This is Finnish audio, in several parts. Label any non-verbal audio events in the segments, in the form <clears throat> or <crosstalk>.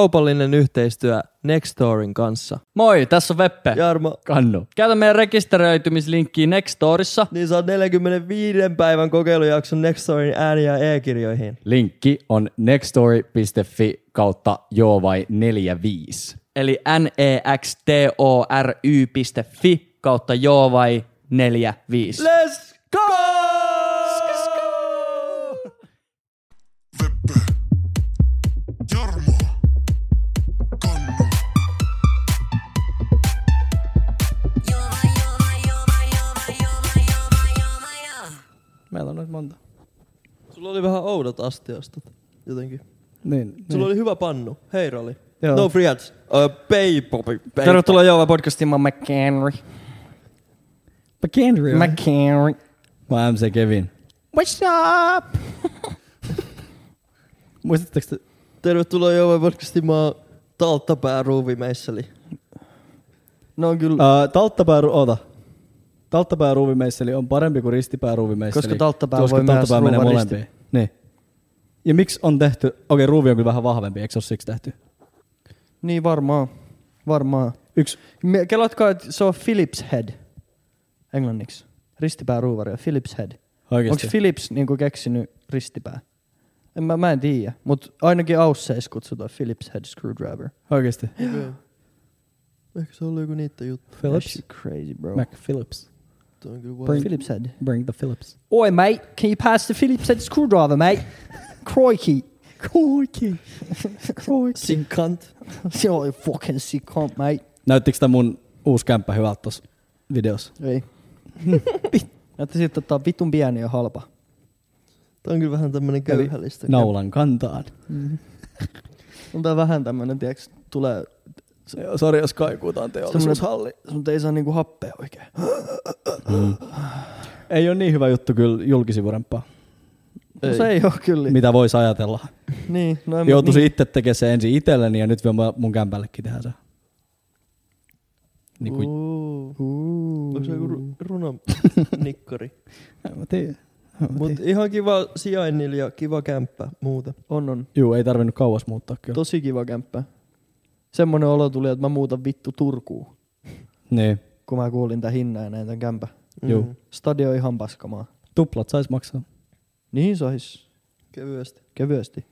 Kaupallinen yhteistyö Nextorin kanssa. Moi, tässä on Veppe. Jarmo, Kannu. Käytä meidän rekisteröitymislinkkiä Nextorissa. niin saa 45 päivän kokeilujakson Nextorin ääni- ja e-kirjoihin. Linkki on nextstory.fi kautta joo vai 45. Eli E nextory.fi kautta joo vai 45. Let's go! Veppe, Jarmo, Kannu. Meillä on nyt monta. Sulla oli vähän oudot astiastot jotenkin. Niin. Sulla oli hyvä pannu. Heira oli. Joo. No free ads. Uh, pay, popi, pay. Tervetuloa Jouva podcastiin, mä oon McHenry. McHenry. McHenry. Mä oon MC Kevin. What's up? Muistatteko te? Tervetuloa Jouva podcastiin. Mä oon talttapää ruuvimeisseli. No on kyllä, Uh, talttapääru, oota. Talttapääruuvimeisseli on parempi kuin ristipääruuvimeisseli. Koska talttapää koska voi talttapää myös menee ruuvaa molempiin. Niin. Ja miksi on tehty, okei okay, ruuvi on kyllä vähän vahvempi, eikö se ole siksi tehty? niin varmaan. Varmaan. Yksi, Me- Kelatkaa, että se on Philips Head englanniksi. Ristipääruuvari on Philips Head. Onko oikeasti. Philips niinku keksinyt ristipää? En, mä, mä en tiedä, mutta ainakin Ausseissa kutsutaan Philips Head Screwdriver. oikeasti. Ehkä se on ollut joku niitä juttu. Philips? crazy bro. Mac Phillips. Tuo on kyllä Bring- Philips Head. Bring the Phillips. Oi mate, can you pass the Philips head screwdriver <laughs> mate? Crikey. Koiki. Sinkant. Se on fucking sick hump, mate. Näyttikö tämä mun uusi kämppä hyvältä tuossa videossa? <laughs> Ei. Näytti siltä, että tää on tota, vitun pieni ja halpa. Tämä on kyllä vähän tämmönen köyhällistä. Naulan kantaan. Mm-hmm. On tää vähän tämmönen, tiiäks, tulee... Sori, jos kaikuutaan halli. Mutta ei saa niinku happea oikein. Mm. Ei ole niin hyvä juttu kyllä julkisivurempaa, Ei. No, se ei oo kyllä. mitä voisi ajatella. Niin, no en mä- Joutuisin itse tekemään se ensin itselleni ja nyt vielä mä- mun kämpällekin tehdään se. Niinku- Niin kuin, Onko se joku ru- <laughs> runon nikkari? en mä tiedä. Mut ihan kiva sijainnilla ja kiva kämppä muuta. On, on. Juu, ei tarvinnut kauas muuttaa kyllä. Tosi kiva kämppä. Semmonen olo tuli, että mä muutan vittu Turkuun, Niin, kun mä kuulin tän hinnan ja näin tän kämppä. juu. Mm. Stadio ihan paskamaa. Tuplat sais maksaa. Niin sais. Kevyesti. Kevyesti.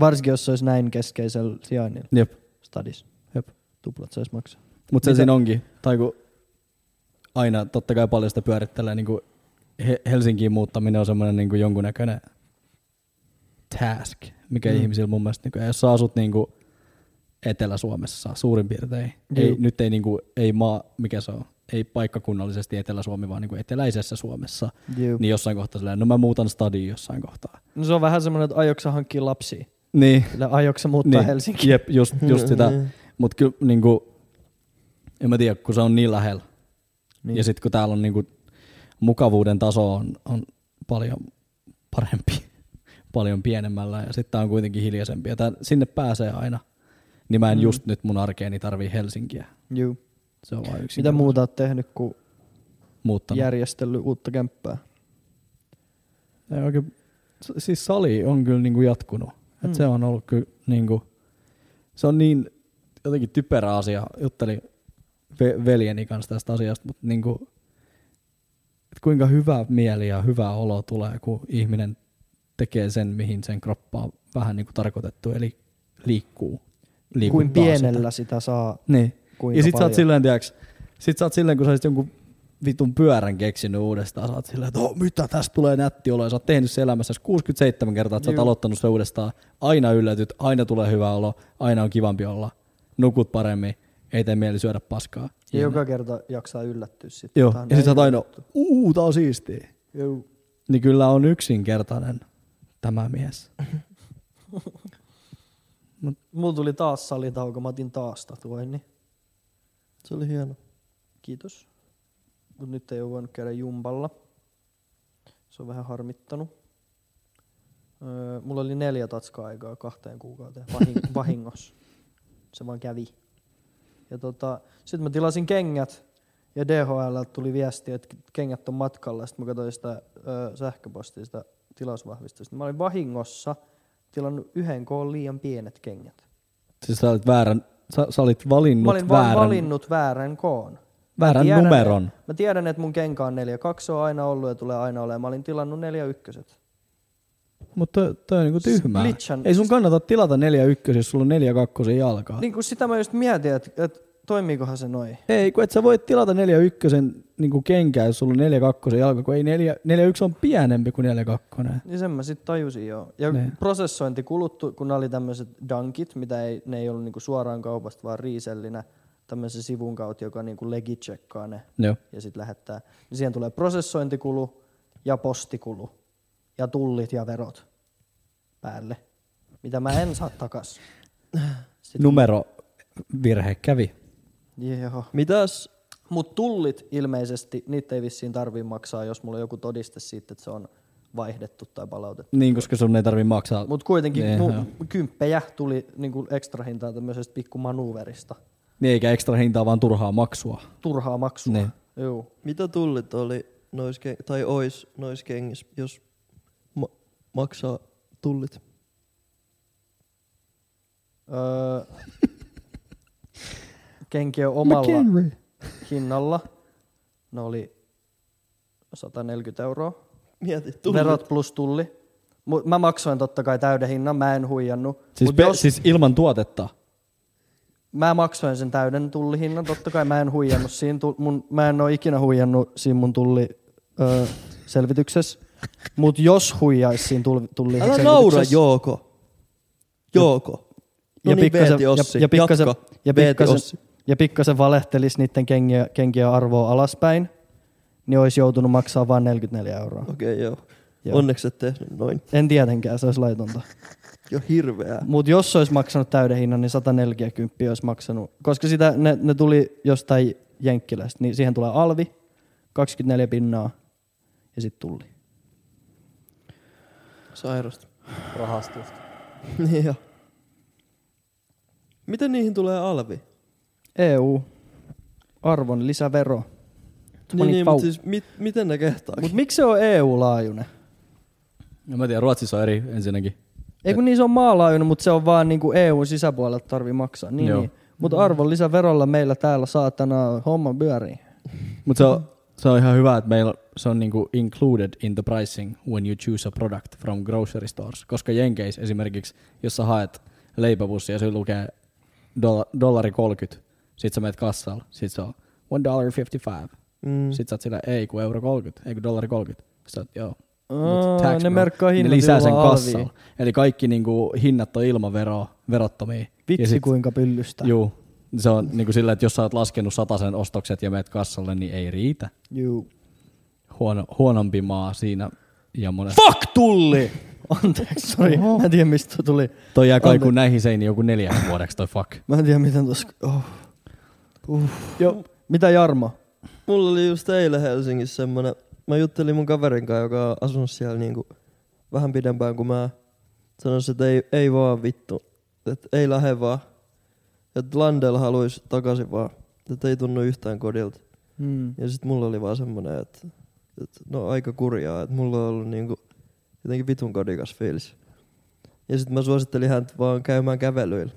Varsinkin jos se olisi näin keskeisellä sijainnilla Jep. stadis. Jep. Tuplat sais maksaa. Mutta se Mitä- siinä onkin. Tai kun aina totta kai paljon sitä pyörittelee, niin kuin He- Helsinkiin muuttaminen on semmoinen niin kuin jonkunnäköinen task, mikä Mm. mm. ihmisillä mun mielestä, niin kuin, jos sä asut niin kuin Etelä-Suomessa suurin piirtein, ei, Juu. nyt ei, niin kuin, ei maa, mikä se on, ei paikkakunnallisesti Etelä-Suomi, vaan niin kuin eteläisessä Suomessa, Juu. niin jossain kohtaa silleen, no mä muutan stadiin jossain kohtaa. No se on vähän semmoinen, että aioksa hankkia lapsia. Niin. Sillä aioksa muuttaa niin. niin. Helsinkiin. Jep, just, <laughs> just sitä. Niin. Mm. Mutta kyllä niinku, en mä tiedä, kun se on niin lähellä. Niin. Niin. Ja sitten kun täällä on niinku, mukavuuden taso on, on paljon parempi, <laughs> paljon pienemmällä ja sitten tää on kuitenkin hiljaisempi. Ja tää, sinne pääsee aina. Niin mä en mm. just nyt mun arkeeni tarvii Helsinkiä. Juu. Se on vaan yksi. Mitä muuta oot tehnyt kuin Muuttanut. järjestellyt uutta kämppää? Ei oikein, s- siis sali on kyllä niinku jatkunut. Et Mm. Se on ollut kyllä niinku, se on niin jotenkin typerä asia. Juttelin ve- veljeni kanssa tästä asiasta, mutta niinku, et kuinka hyvä mieli ja hyvä olo tulee, kun ihminen tekee sen, mihin sen kroppa on vähän niinku tarkoitettu, eli liikkuu. Kuin liikuttaa pienellä sitä, sitä saa. Niin, Sitä. Niin. Kuinka Ja sit sä paljon. oot silleen, tiiäks, sit sä oot silleen, kun sä olisit jonkun vitun pyörän keksinyt uudestaan, sä oot silleen, että oh, mitä tästä tulee nätti olo, ja sä oot tehnyt se elämässä 67 kertaa, että sä oot Juu. aloittanut se uudestaan, aina yllätyt, aina tulee hyvä olo, aina on kivampi olla, nukut paremmin, ei tee mieli syödä paskaa. Ja joka kerta jaksaa yllättyä sitten. Joo, Tää on ja sit sä oot näin. aina, uu, tää on siistiä. Juu. Niin kyllä on yksinkertainen tämä mies. Mulla tuli taas salitauko, mä otin taas tatuoinnin. Se oli hieno. Kiitos. Mut nyt ei ole voinut käydä jumpalla. Se on vähän harmittanut. Öö, mulla oli neljä tatskaa aikaa kahteen kuukauteen vahing- vahingossa. Se vaan kävi. Ja tota, sitten mä tilasin kengät ja DHL tuli viesti, että kengät on matkalla. Sitten mä katsoin sitä öö, sähköpostia, sitä tilausvahvistusta. Mä olin vahingossa tilannut yhden koon liian pienet kengät. Siis sä olit väärän, sä, sä olit valinnut, Mä olin vaan väärän, valinnut väärän koon. väärän tiedän, numeron. Mä tiedän, että mun kenkä on 4-2, se on aina ollut ja tulee aina olemaan. Mä olin tilannut 4-1. Mutta toi, toi on niinku tyhmää. Glitchan- Ei sun kannata tilata 4-1, jos sulla on 4-2 jalkaa. siis- Niin kuin sitä mä just mietin, että, että toimiikohan se noin. Ei, kun et sä voi tilata 4-1 niin kenkää, jos sulla on 4-2 jalka, kun ei 4, 4-1 on pienempi kuin 4-2. Niin sen mä sitten tajusin joo. Ja Ne. ne. prosessointi kuluttu, kun nämä oli tämmöiset dunkit, mitä ei, ne ei ollut niinku suoraan kaupasta, vaan riisellinä tämmöisen sivun kautta, joka niinku legit checkaa ne Joo. ja sitten lähettää. Niin siihen tulee prosessointikulu ja postikulu ja tullit ja verot päälle, mitä mä en saa takas. Sitten- Numero virhe kävi. Joo. Mitäs? Mutta tullit ilmeisesti, niitä ei vissiin tarvii maksaa, jos mulla on joku todiste siitä, että se on vaihdettu tai palautettu. Niin, koska sun ei tarvi maksaa. Mutta kuitenkin Niin, niin, mu- joo. kymppejä tuli niinku ekstra hintaa tämmöisestä pikku manuverista. Niin eikä ekstra hintaa, vaan turhaa maksua. Turhaa maksua. Niin. Niin. Joo. Mitä tullit oli noiske- tai ois noiskengissä, jos ma- maksaa tullit? Öö, <laughs> kenkiä omalla No hinnalla. Ne oli 140 euroa. Mieti, Tulli. tullit. Verot plus tulli. Mut mä maksoin totta kai täyden hinnan, mä en huijannut. Siis, Mut pe- jos- siis ilman tuotetta. Mä maksoin sen täyden tullihinnan, totta kai mä en huijannut siinä, tu- mun, mä en ole ikinä huijannut siinä mun tulli öö, selvityksessä. Mut jos huijaisi siinä tulli, tulli Älä naura, Jouko. Jouko. No niin, Veeti Ossi. ja, ja pikkasen, Jatka. ja Veeti pikkasen, Ossi. ja pikkasen valehtelisi niiden kenkiä, kenkiä arvoa alaspäin, niin olisi joutunut maksaa vain 44 euroa. Okei, okay, joo. joo. Joo. Onneksi et tehnyt noin. En tietenkään, se olisi laitonta. Jo hirveää. Mutta jos olisi maksanut täyden hinnan, niin 140 olisi maksanut. Koska sitä, ne, ne tuli jostain jenkkilästä, niin siihen tulee alvi, 24 pinnaa ja sitten tulli. Sairasta. Rahastusta. niin <laughs> joo. Miten niihin tulee alvi? EU, E arvon lisävero. Niin, niin pau. mutta siis mit, miten ne kehtaa? Mut miksi se on E EU-laajuinen? No mä tiedän, Ruotsissa on eri ensinnäkin. Ei kun niin se on maalaajuinen, mutta se on vaan niinku EUn sisäpuolella tarvii maksaa. Niin, Joo. niin. Mutta arvon lisäverolla meillä täällä saatana homma pyörii. Mutta se, on- se on ihan hyvä, että meillä se on niinku included in the pricing when you choose a product from grocery stores. Koska Jenkeissä esimerkiksi, jos sä haet leipäpussia ja se lukee dolla, dollari 30, sit sä menet kassalla, sit se on one dollar 55. Mm. Sit sä oot sillä, ei kun euro 30, ei kun dollari 30. Sit sä oot, joo. Aa, Mut tax ne bro. merkkaa Ne hinnat lisää sen jollain kassalla. alviin. Eli kaikki niinku hinnat on ilman veroa, verottomia. ja Vitsi sit, kuinka pyllystä. Juu. Se on niinku sillä, että jos sä oot laskenut sen ostokset ja meet kassalle, niin ei riitä. Juu. Huono, huonompi maa siinä ja monessa. Fuck tulli! Anteeksi, sorry. Mä en tiedä mistä tuli. Toi jää kai Anteeksi. kun näihin seiniin joku neljäksi <laughs> vuodeksi toi fuck. Mä en tiedä miten tuossa... Oh. Uh. Jo. Mitä Jarmo? Mulla oli just eilen Helsingissä semmonen, mä juttelin mun kaverin kanssa, joka on asunut siellä niinku vähän pidempään kuin mä. Sanoin, että ei, ei vaan vittu, että ei lähe vaan. Että Landel haluaisi takaisin vaan, että ei tunnu yhtään kodilta. Mm. Ja sitten mulla oli vaan semmonen, että, että no aika kurjaa, että mulla on ollut niinku jotenkin vitun kodikas fiilis. Ja sitten mä suosittelin häntä vaan käymään kävelyillä.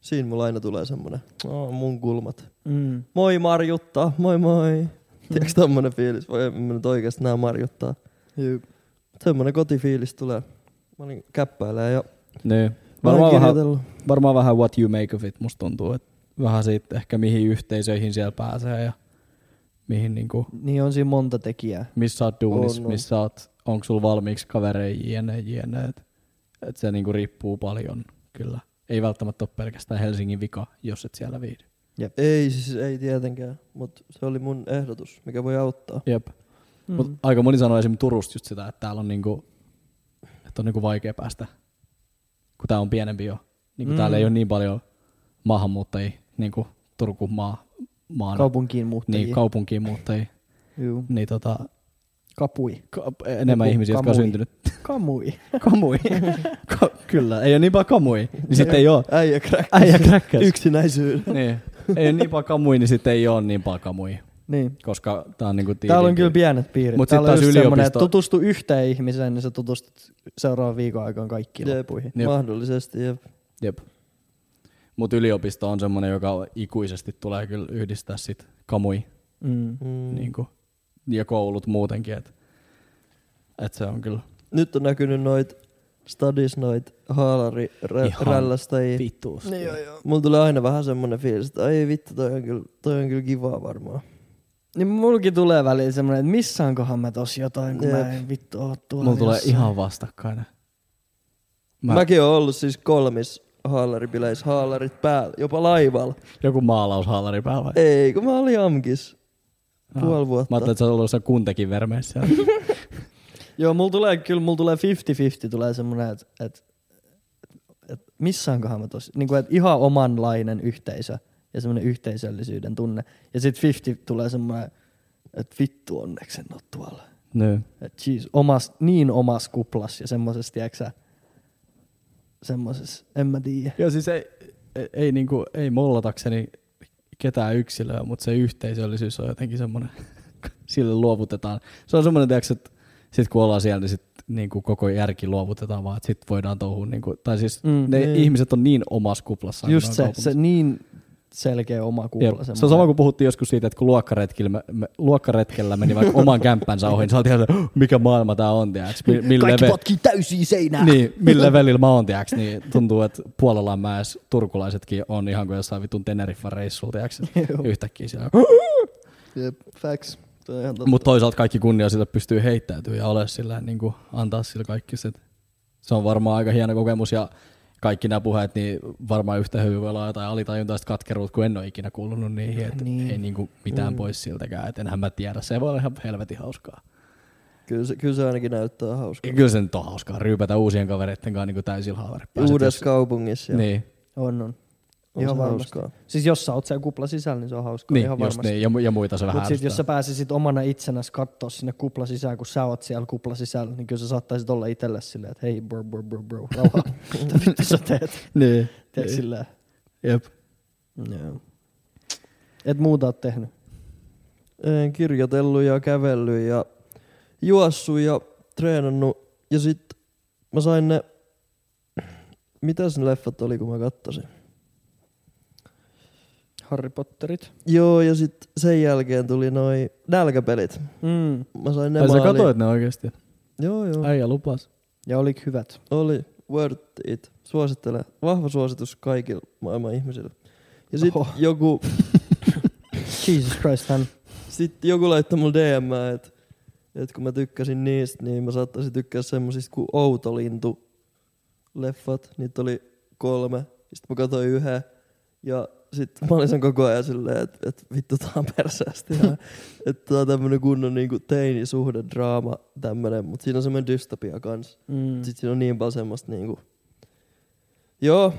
Siinä mulla aina tulee semmonen, no mun kulmat. Mm. Moi Marjutta, moi moi. Tiedätkö tommonen fiilis? Voi en mä nyt oikeesti nää Marjuttaa. Juu. Semmonen kotifiilis tulee. Mä olin käppäilee ja mä Niin. olin Varmaan vähän, kirjoitellut. varmaan vähän what you make of it musta tuntuu, että vähän siitä ehkä mihin yhteisöihin siellä pääsee ja mihin niinku, Niin on siinä monta tekijää. missä oot duunis, On, on, on. on. missä oot, onko sulla valmiiksi kavereja jne jne. Et, et se niinku riippuu paljon kyllä. Ei välttämättä ole pelkästään Helsingin vika, jos et siellä viihdy. Ei siis, ei tietenkään, mut se oli mun ehdotus, mikä voi auttaa. Jep. Mm. Mut aika moni sanoo esimerkiksi Turusta just sitä, että täällä on niinku, että on niinku vaikea päästä, kun tää on pienempi jo. Niinku mm. täällä ei ole niin paljon maahanmuuttajia, niinku Turku maa, maana. Kaupunkiin muuttajia. niin, kaupunkiin muuttajia. Juu. Niin tota, Kapui. ka- enemmän Joku ihmisiä, jotka on kamui. syntynyt. Kamui. <laughs> Kamui. Ka- kyllä, ei ole niin paljon kamui. Niin sitten ei ole. Äijä crack. Äijä <laughs> kräkkäs. Yksinäisyyden. Niin. Ei ole niin paljon kamui, niin sitten ei ole niin paljon kamui. Niin. Koska tää on niinku tiiviimpi. Täällä on kyllä pienet piirit. Mut sit Täällä on taas just semmonen, yliopisto- että tutustu yhteen ihmiseen, niin sä tutustut seuraavan viikon aikaan kaikkiin Jep. loppuihin. Jep. Mahdollisesti, jep. Jep. Mutta yliopisto on semmoinen, joka ikuisesti tulee kyllä yhdistää sit kamui Mm. Mm. mm. niin kuin, ja koulut muutenkin. Että et se on kyllä Nyt on näkynyt noit studies noit haalari Ihan rällästäjiä. vituus. Niin, Niin joo. Mulla tulee aina vähän semmonen fiilis, että ai vittu, toi on kyllä, toi on kyllä kivaa varmaan. Niin mulki tulee väliin semmoinen, että missaankohan mä tos jotain, kun Jep. mä en vittu oo tuolla Mulla tulee jossain. ihan vastakkainen. Mä... Mäkin oon ollut siis kolmis haalaribileissä, haalarit päällä, jopa laivalla. Joku maalaushaalari päällä vai? Ei, kun mä olin amkis Ah. puoli vuotta. Mä ajattelin, että sä oot ollut jossain kuntekin vermeissä. siellä. <laughs> Joo, mulla tulee kyllä, mulla tulee 50-50 tulee semmoinen, että et, et missaankohan mä tos, niin kuin, että ihan omanlainen yhteisö ja semmoinen yhteisöllisyyden tunne. Ja sit 50 tulee semmoinen, että vittu onneksi en oo tuolla. Niin. Että siis omas, niin omas kuplas ja semmosessa, tiedäksä, semmosessa, en mä tiedä. Joo, siis ei, ei, ei, niinku, ei mollatakseni ketään yksilöä, mutta se yhteisöllisyys on jotenkin semmoinen, <laughs> sille luovutetaan. Se on semmoinen, tiiäks, että sit kun ollaan siellä, niin sit niinku koko järki luovutetaan vaan, että sit voidaan touhua. Niinku, tai siis Mm, mm, ne niin. niin. ihmiset on niin omassa kuplassaan. Just kun ne on se, kaupungissa. se niin selkeä oma kupla. Jep. Se on semmoinen. sama kuin puhuttiin joskus siitä, että kun luokkaretkellä, me, me, luokkaretkellä meni vaikka oman kämppänsä ohi, niin sä oot ihan, se, "Höh, <gasps> mikä maailma tää on, tiiäks? Mi, millä Kaikki leve- potkii täysiä seinää. niin, millä välillä mä oon, tiiäks, niin tuntuu, että Puolalla mä edes turkulaisetkin on ihan kuin jossain vitun Teneriffa reissulla, tiiäks, Joo. yhtäkkiä siellä. Jep, facts. Toi on ihan totta. Mutta toisaalta kaikki kunnia sille pystyy heittäytyä ja ole sillä, niin kuin antaa sille kaikki se. Se on varmaan aika hieno kokemus ja kaikki nämä puheet, niin varmaan yhtä hyvin voi olla jotain alitajuntaista katkeruutta, kun en ole ikinä kuulunut niihin, että Niin. niin. ei niin kuin mitään mm. pois siltäkään, että enhän mä tiedä. Se voi olla ihan helvetin hauskaa. Kyllä, se, kyllä se ainakin näyttää hauskaa. Ja kyllä se nyt on hauskaa ryypätä uusien kavereiden kanssa niin kuin täysillä haavaripäässä. Uudessa kaupungissa. ja Niin, On, on. on Ihan se varmasti. hauskaa. Siis jos sä oot siellä kupla sisällä, niin se on hauskaa. niin ihan just varmasti. niin, ja, mu- ja muita se vähän Mutta sit, jos sä ärsyttää. pääsisit omana itsenäsi katsoa sinne kupla sisään, kun sä oot siellä kupla sisällä, niin kyllä sä saattaisit olla itselle silleen, että hei bro bro bro bro, rauha, mitä vittu sä teet? Niin, Tiedätkö silleen? jep. No. Et muuta oot tehnyt. En kirjoitellut ja kävellyt ja juossut ja treenannut. Ja sit mä sain ne... Mitäs ne leffat oli, kun mä kattasin? Harry Potterit. Joo, ja sit sen jälkeen tuli noi nälkäpelit. Mm. Mä sain ne Ai sä maaliin. katsoit ne oikeesti? Joo, joo. Äijä No. lupas. Ja olik <laughs> hyvät. Oli worth it. Suosittelen. Vahva suositus kaikille maailman ihmisille. Ja sit Oho. joku, Jesus Christ, hän. sit joku laittoi mulle DM, että et kun mä tykkäsin niistä, niin mä saattaisin tykkää semmosista kuin Outolintu leffat. Niitä oli kolme. Sitten mä katsoin yhden. Ja sit mä olin sen koko ajan silleen, että et vittu tää on persästi. että tää on tämmönen kunnon niinku teinisuhdedraama tämmönen. Mut siinä on semmonen dystopia kans. Mm. Sitten siinä on niin paljon semmoista niinku... Joo,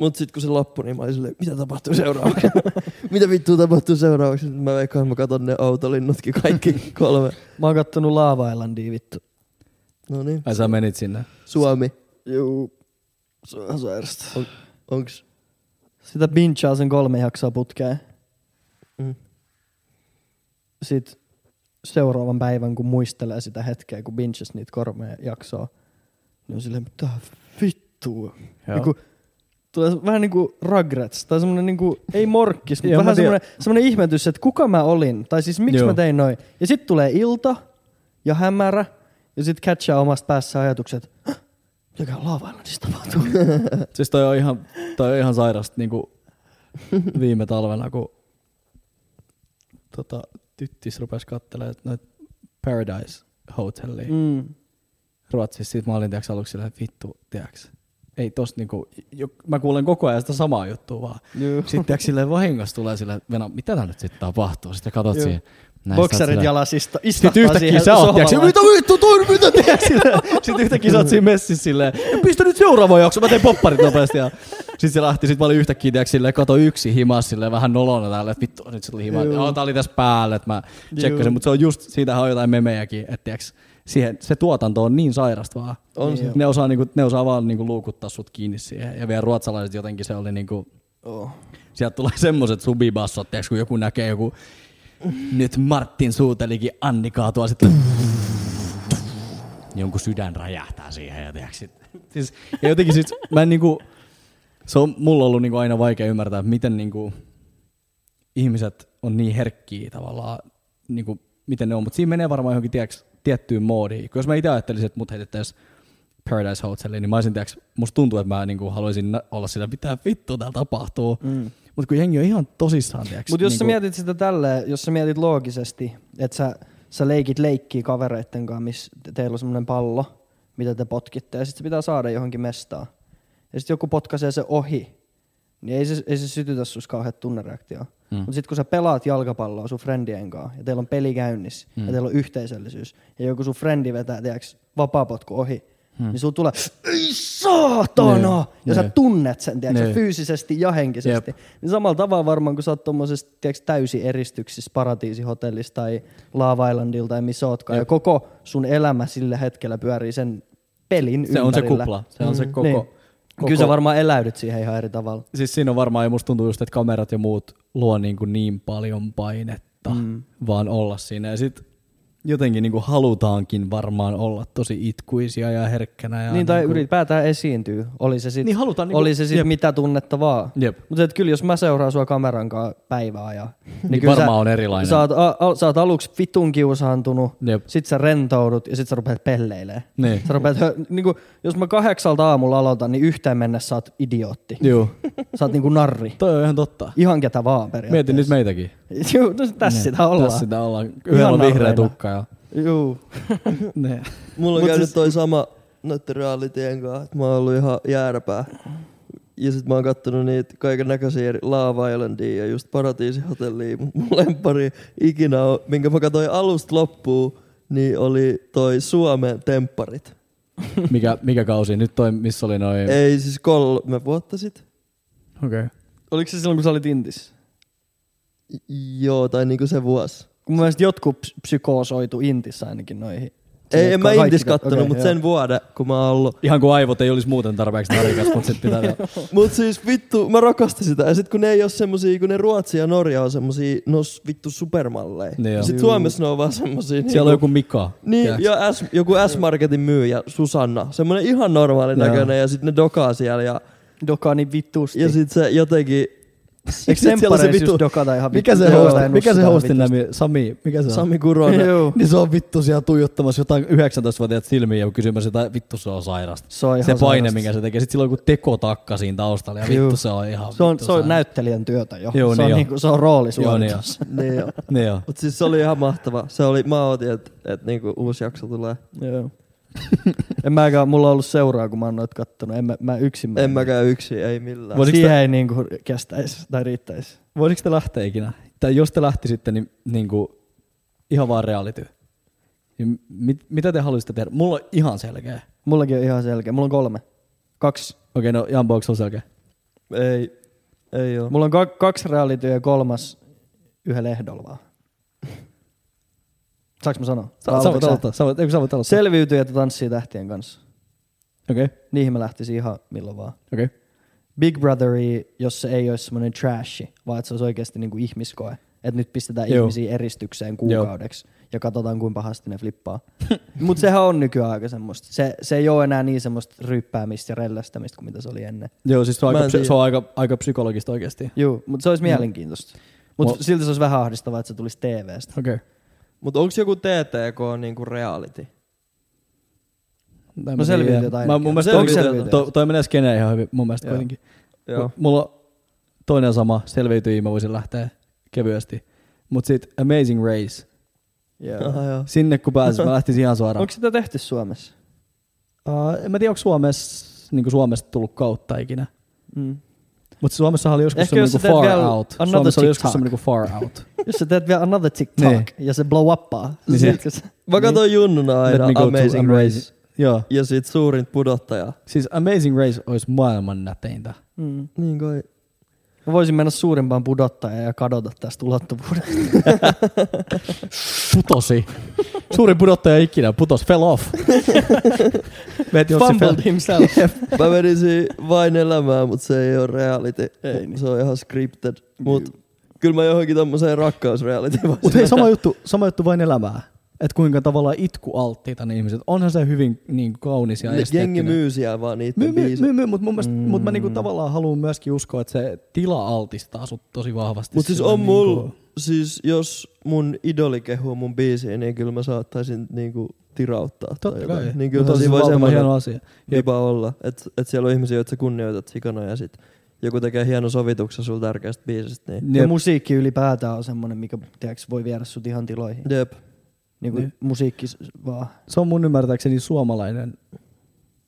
mut sit kun se loppui, niin mä olin silleen, mitä tapahtuu seuraavaksi? <laughs> mitä vittua tapahtuu seuraavaksi? Sitten Mä veikkaan, että mä katon ne autolinnutkin <laughs> kaikki kolme. Mä oon kattonut Laava Islandia vittu. No niin, Ai sä menit sinne. Suomi. Äh, Juu. Se on ihan sairasta. Onks? Sitä binchaa sen kolme jaksoa putkeen. Mm. Sitten seuraavan päivän, kun muistelee sitä hetkeä, kun binges niitä kolme jaksoa, niin on silleen, mitä vittua. Joo. Niinku, tulee se- vähän niin kuin regrets, tai semmoinen niin kuin, ei morkkis, mutta Joo, mä vähän tiedän. semmoinen, semmoinen ihmetys, että kuka mä olin, tai siis miksi Joo. mä tein noin. Ja sitten tulee ilta ja hämärä, ja sitten catchaa omasta päässä ajatukset, "Häh, mitäköhän Lava Islandissa tapahtuu. Siis toi on ihan, toi on ihan sairasta niinku <laughs> viime talvena, kun tota, tyttis rupes kattelemaan noita Paradise Hotelia mm. mm. Ruotsissa. Siitä mä olin tiiäks, aluksi silleen, että vittu, tiiäks. Ei tos niinku, jo, mä kuulen koko ajan sitä samaa juttua vaan. Juu. Sitten tiiäks, silleen vahingossa tulee silleen, että Venä, mitä tää nyt sitten tapahtuu? Sitten katot Joo. siihen. Näin, sä oot Bokserit silleen- jalasista Sitten yhtäkkiä sä oot, tiiäks, mitä vittu toi, mitä tiiäks, silleen. Sitten yhtäkkiä sä oot siinä messissä silleen, "Ja pistä nyt seuraava jakso, mä teen popparit nopeasti. Ja sit se lähti, sit mä olin yhtäkkiä, tiiäks, silleen, kato yksi himas silleen vähän nolona täällä, että vittu, nyt se tuli himaa. Joo. Joo, tää oli tässä päällä, että mä Joo. tsekkasin, mutta se on just, siitähän on jotain memejäkin, että tiiäks, siihen, se tuotanto on niin sairasta vaan. On Niin se. joo. Ne osaa, niinku, ne osaa vaan niinku, luukuttaa sut kiinni siihen. Ja vielä ruotsalaiset jotenkin se oli niinku, Oh. Sieltä tulee <laughs> semmoset subibassot, tiiäks, kun joku näkee joku, nyt Martin suutelikin Annikaa tuo sitten jonkun sydän räjähtää siihen ja tiiäks, sit, siis, ja jotenkin sit, mä en siis niinku, se on mulla ollut niinku aina vaikea ymmärtää, että miten niinku ihmiset on niin herkkiä tavallaan, niinku, miten ne on. Mutta siinä menee varmaan johonkin tiiäks, tiettyyn moodiin. Kun jos mä itse ajattelisin, että mut heitettäisiin Paradise Hoteliin, niin mä olisin, tiiäks, musta tuntuu, että mä niinku, haluaisin nä- olla sillä, mitä vittua täällä tapahtuu. Mm. Mutta kun jengi on ihan tosissaan, tiiäks, Mutta jos niinku, sä mietit sitä tälleen, jos sä mietit loogisesti, että sä, sä leikit leikkiä kavereitten kanssa, missä te- teillä on semmoinen pallo, mitä te potkitte, ja sitten se pitää saada johonkin mestaan. Ja sitten joku potkaisee se ohi, niin ei se, ei se sytytä sus kauhean tunnereaktioon. Mm. Mutta sitten kun sä pelaat jalkapalloa sun friendien kanssa, ja teillä on peli käynnissä, mm. ja teillä on yhteisöllisyys, ja joku sun frendi vetää, tiedäks, vapaapotku ohi, mm. niin sulla tulee, ei saatana! Hmm. Niin, Ja sä niin. tunnet sen, tiedäks, sä Niin. fyysisesti ja henkisesti. Jep. Niin samalla tavalla varmaan, kun sä oot tuommoisessa täysin eristyksissä paratiisihotellissa tai Lava Islandilla tai missä ootkaan, ja koko sun elämä sillä hetkellä pyörii sen pelin se on se ympärillä. kupla. Se on se koko, Niin. koko Kyllä sä varmaan eläydyt siihen ihan eri tavalla. siis siinä on varmaan, ja musta tuntuu just, että kamerat ja muut luo niin, kuin niin paljon painetta, mm. vaan olla siinä. Ja sit jotenkin niin kuin halutaankin varmaan olla tosi itkuisia ja herkkänä. Ja niinku- Niin, tai kuin- ylipäätään esiintyy. Oli se sitten Niin, halutaan niinku- oli se sit jep. mitä tunnetta vaan. Jep. Mutta kyllä jos mä seuraan sua kameran kanssa päivää <laughs> ja... Niin, varmaan on erilainen. Sä oot, a, a, sä oot aluksi vitun kiusaantunut, Jep. sit sä rentoudut ja sit sä rupeat pelleilemään. <laughs> Niin. Sä rupeat, hö- niinku, jos mä kahdeksalta aamulla aloitan, niin yhteen mennessä sä oot idiootti. Juu, Sä oot niinku narri. toi on ihan totta. Ihan ketä vaan periaatteessa. Mietin nyt meitäkin. <laughs> Niin. Juu, no, tässä sitä ollaan. Tässä sitä ollaan. Yhdellä on vihreä narreina. tukka ja... Juu. ne. Mulla on Mut käynyt siis- toi sama noitten realitien kanssa, että mä oon ollut ihan jäärpää. Ja sit mä oon kattonut niitä kaiken näköisiä eri Lava Islandia ja just Paratiisihotellia, mut mun lempari ikinä on, minkä mä katsoin alusta loppuun, niin oli toi Suomen tempparit. Mikä, mikä kausi? Nyt toi, missä oli noin... Ei siis kolme vuotta sit. Okei. Okay. Oliko se silloin, kun sä olit Intissä? Joo, tai niinku se vuosi. Kun mun mielestä jotkut ps- psykoosoitu Intissä ainakin noihin. Ei, en mä Kaikki- Intis kattonut, okei, okay, mutta joo. sen vuoden, kun mä oon ollut Ihan kuin aivot ei olisi muuten tarpeeksi narikas, mutta sit pitää... Mut siis vittu, mä rakastin sitä. Ja sit kun ne ei oo semmosia, kun ne Ruotsi ja Norja on semmosia, no s- vittu supermalleja. Niin ja joo. sit Suomessa ne on vaan semmosia. Siellä on niinku- joku Mika. Niin, tiedäks? ja S, joku S-Marketin myyjä, Susanna. Semmonen ihan normaali Joo. näköinen ja sit ne dokaa siellä. Ja, Doka niin vittusti. ja sit se jotenkin... Eikö sit siellä temppareissa just dokata ihan Mikä se, Joo, host, sitä en mikä se usko hostin vittusti. nimi? Sami, mikä se on? Sami Kuronen. <laughs> Joo. Niin se on vittu siellä tuijottamassa jotain 19-vuotiaat silmiä ja kysymässä jotain, vittu se on sairasta. Se on se ihan paine, sairasta. minkä se tekee. Sitten sillä on joku tekotakka siinä taustalla ja vittu Juu. se on ihan Se on, vittu se on sairasta. näyttelijän työtä jo. Joo, se, niin on jo. niinku, se on rooli Joo, niin suoritus. Niin joo. Ne joo. Mut siis se oli ihan mahtava. Se oli, mä ootin, että et niinku uusi jakso tulee. Joo. en mäkään, mulla on ollut seuraa, kun mä oon noita kattonut. En mä, mä yksin En mäkään yksin, ei millään. Voisiko Siihen ei niinku kestäisi tai riittäisi. Voisiko te lähteä ikinä? Tai jos te lähtisitte, niin, niin kuin, ihan vaan reality. Niin mit, mitä te haluaisitte tehdä? Mulla on ihan selkeä. Mullakin on ihan selkeä. Mulla on kolme. Kaksi. Okei, no Jambo, onko sulla selkeä? Ei, ei oo. No. Mulla on ka- kaksi realityä ja kolmas yhdellä ehdolla vaan. Saanko mä sanoa? Sä, sä voit aloittaa. Sä voit, eikö sä voit aloittaa? Selviytyjät ja tanssii tähtien kanssa. Okei, okei. Niihin mä lähtisin ihan milloin vaan. Big Brotheri, jos se ei olisi semmoinen trashi, vaan että se olisi oikeasti niin kuin ihmiskoe. Että nyt pistetään Joo. Joo. ihmisiä eristykseen kuukaudeksi Joo. ja katsotaan kuinka pahasti ne flippaa. <laughs> Mutta sehän on nykyään aika semmoista. Se, se ei ole enää niin semmoista ryppäämistä ja rellästämistä kuin mitä se oli ennen. Joo, siis se on, Mä aika, en psy- tiedä. se on aika, aika psykologista oikeasti. Joo, mutta se olisi mielenkiintoista. Mutta Niin. Mua- silti se olisi vähän ahdistavaa, että se tulisi TVstä. Okei. Okay. Mut onks joku TTK niinku reality? No No selviytyjät ainakin. Mä, mun mielestä Onko toi, selviytyjät? toi, toi menee skeneen ihan hyvin mun mielestä Joo. kuitenkin. Joo. Mulla on toinen sama, selviytyjiä mä voisin lähteä kevyesti. Mut sit Amazing Race, Joo. Aha, joo. sinne kun pääsis mä lähtisin ihan suoraan. Onko sitä tehty Suomessa? Uh, en mä tiedä, onko Suomessa, niin Suomesta tullut kautta ikinä. Mm. Mutta Suomessa oli joskus Ehkä jos semmoinen sä kuin teet far vielä out. another Suomessa oli joskus TikTok. semmoinen kuin far out. Jos sä teet vielä another TikTok Niin. ja se blow uppaa. Niin se- sit- Mä katsoin junnuna aina Let me go to Amazing niinku, Amazing- Race. Joo. Ja sit suurin pudottaja. Siis Amazing Race olisi maailman näteintä. Mm. Niin kai. Mä voisin mennä suurimpaan pudottajaan ja kadota tästä ulottuvuudesta. Putosi. Suuri pudottaja ikinä. Putos. Fell off. Vet, jos se fell, Fumbled himself. Mä menisin vain elämään, mutta se ei ole reality. Ei niin. Se on ihan scripted. Niin Mut kyllä mä johonkin tommoseen rakkausreality Siis Mut hei, sama juttu, sama juttu vain elämää. että kuinka tavallaan itkualttiita ne ihmiset. Onhan se hyvin niin kuin kaunis ja Ne jengi esteettinen. myy siellä vaan niitä Myy, myy, biisejä. myy, myy, mutta mun mielestä, mm. mut mä niinku Mm. tavallaan haluan myöskin uskoa, että se tila altistaa sut tosi vahvasti. Mut siis sillä on mulla, niinku- siis jos mun idoli kehuu mun biisiä, niin kyllä mä saattaisin niinku tirauttaa. tai Totta jotain. kai. Niin Mut kyllä on siinä siis voi valtavan semmoinen hieno asia. Jep. viba olla, että et siellä on ihmisiä, joita sä kunnioitat sikana ja sit joku tekee hienon sovituksen sulla tärkeästä biisistä. Niin. Ja Jep. musiikki ylipäätään on semmoinen, mikä tiiäks, voi viedä sut ihan tiloihin. Jep. Niin kuin Niin. musiikki s- vaan Se on mun ymmärtääkseni suomalainen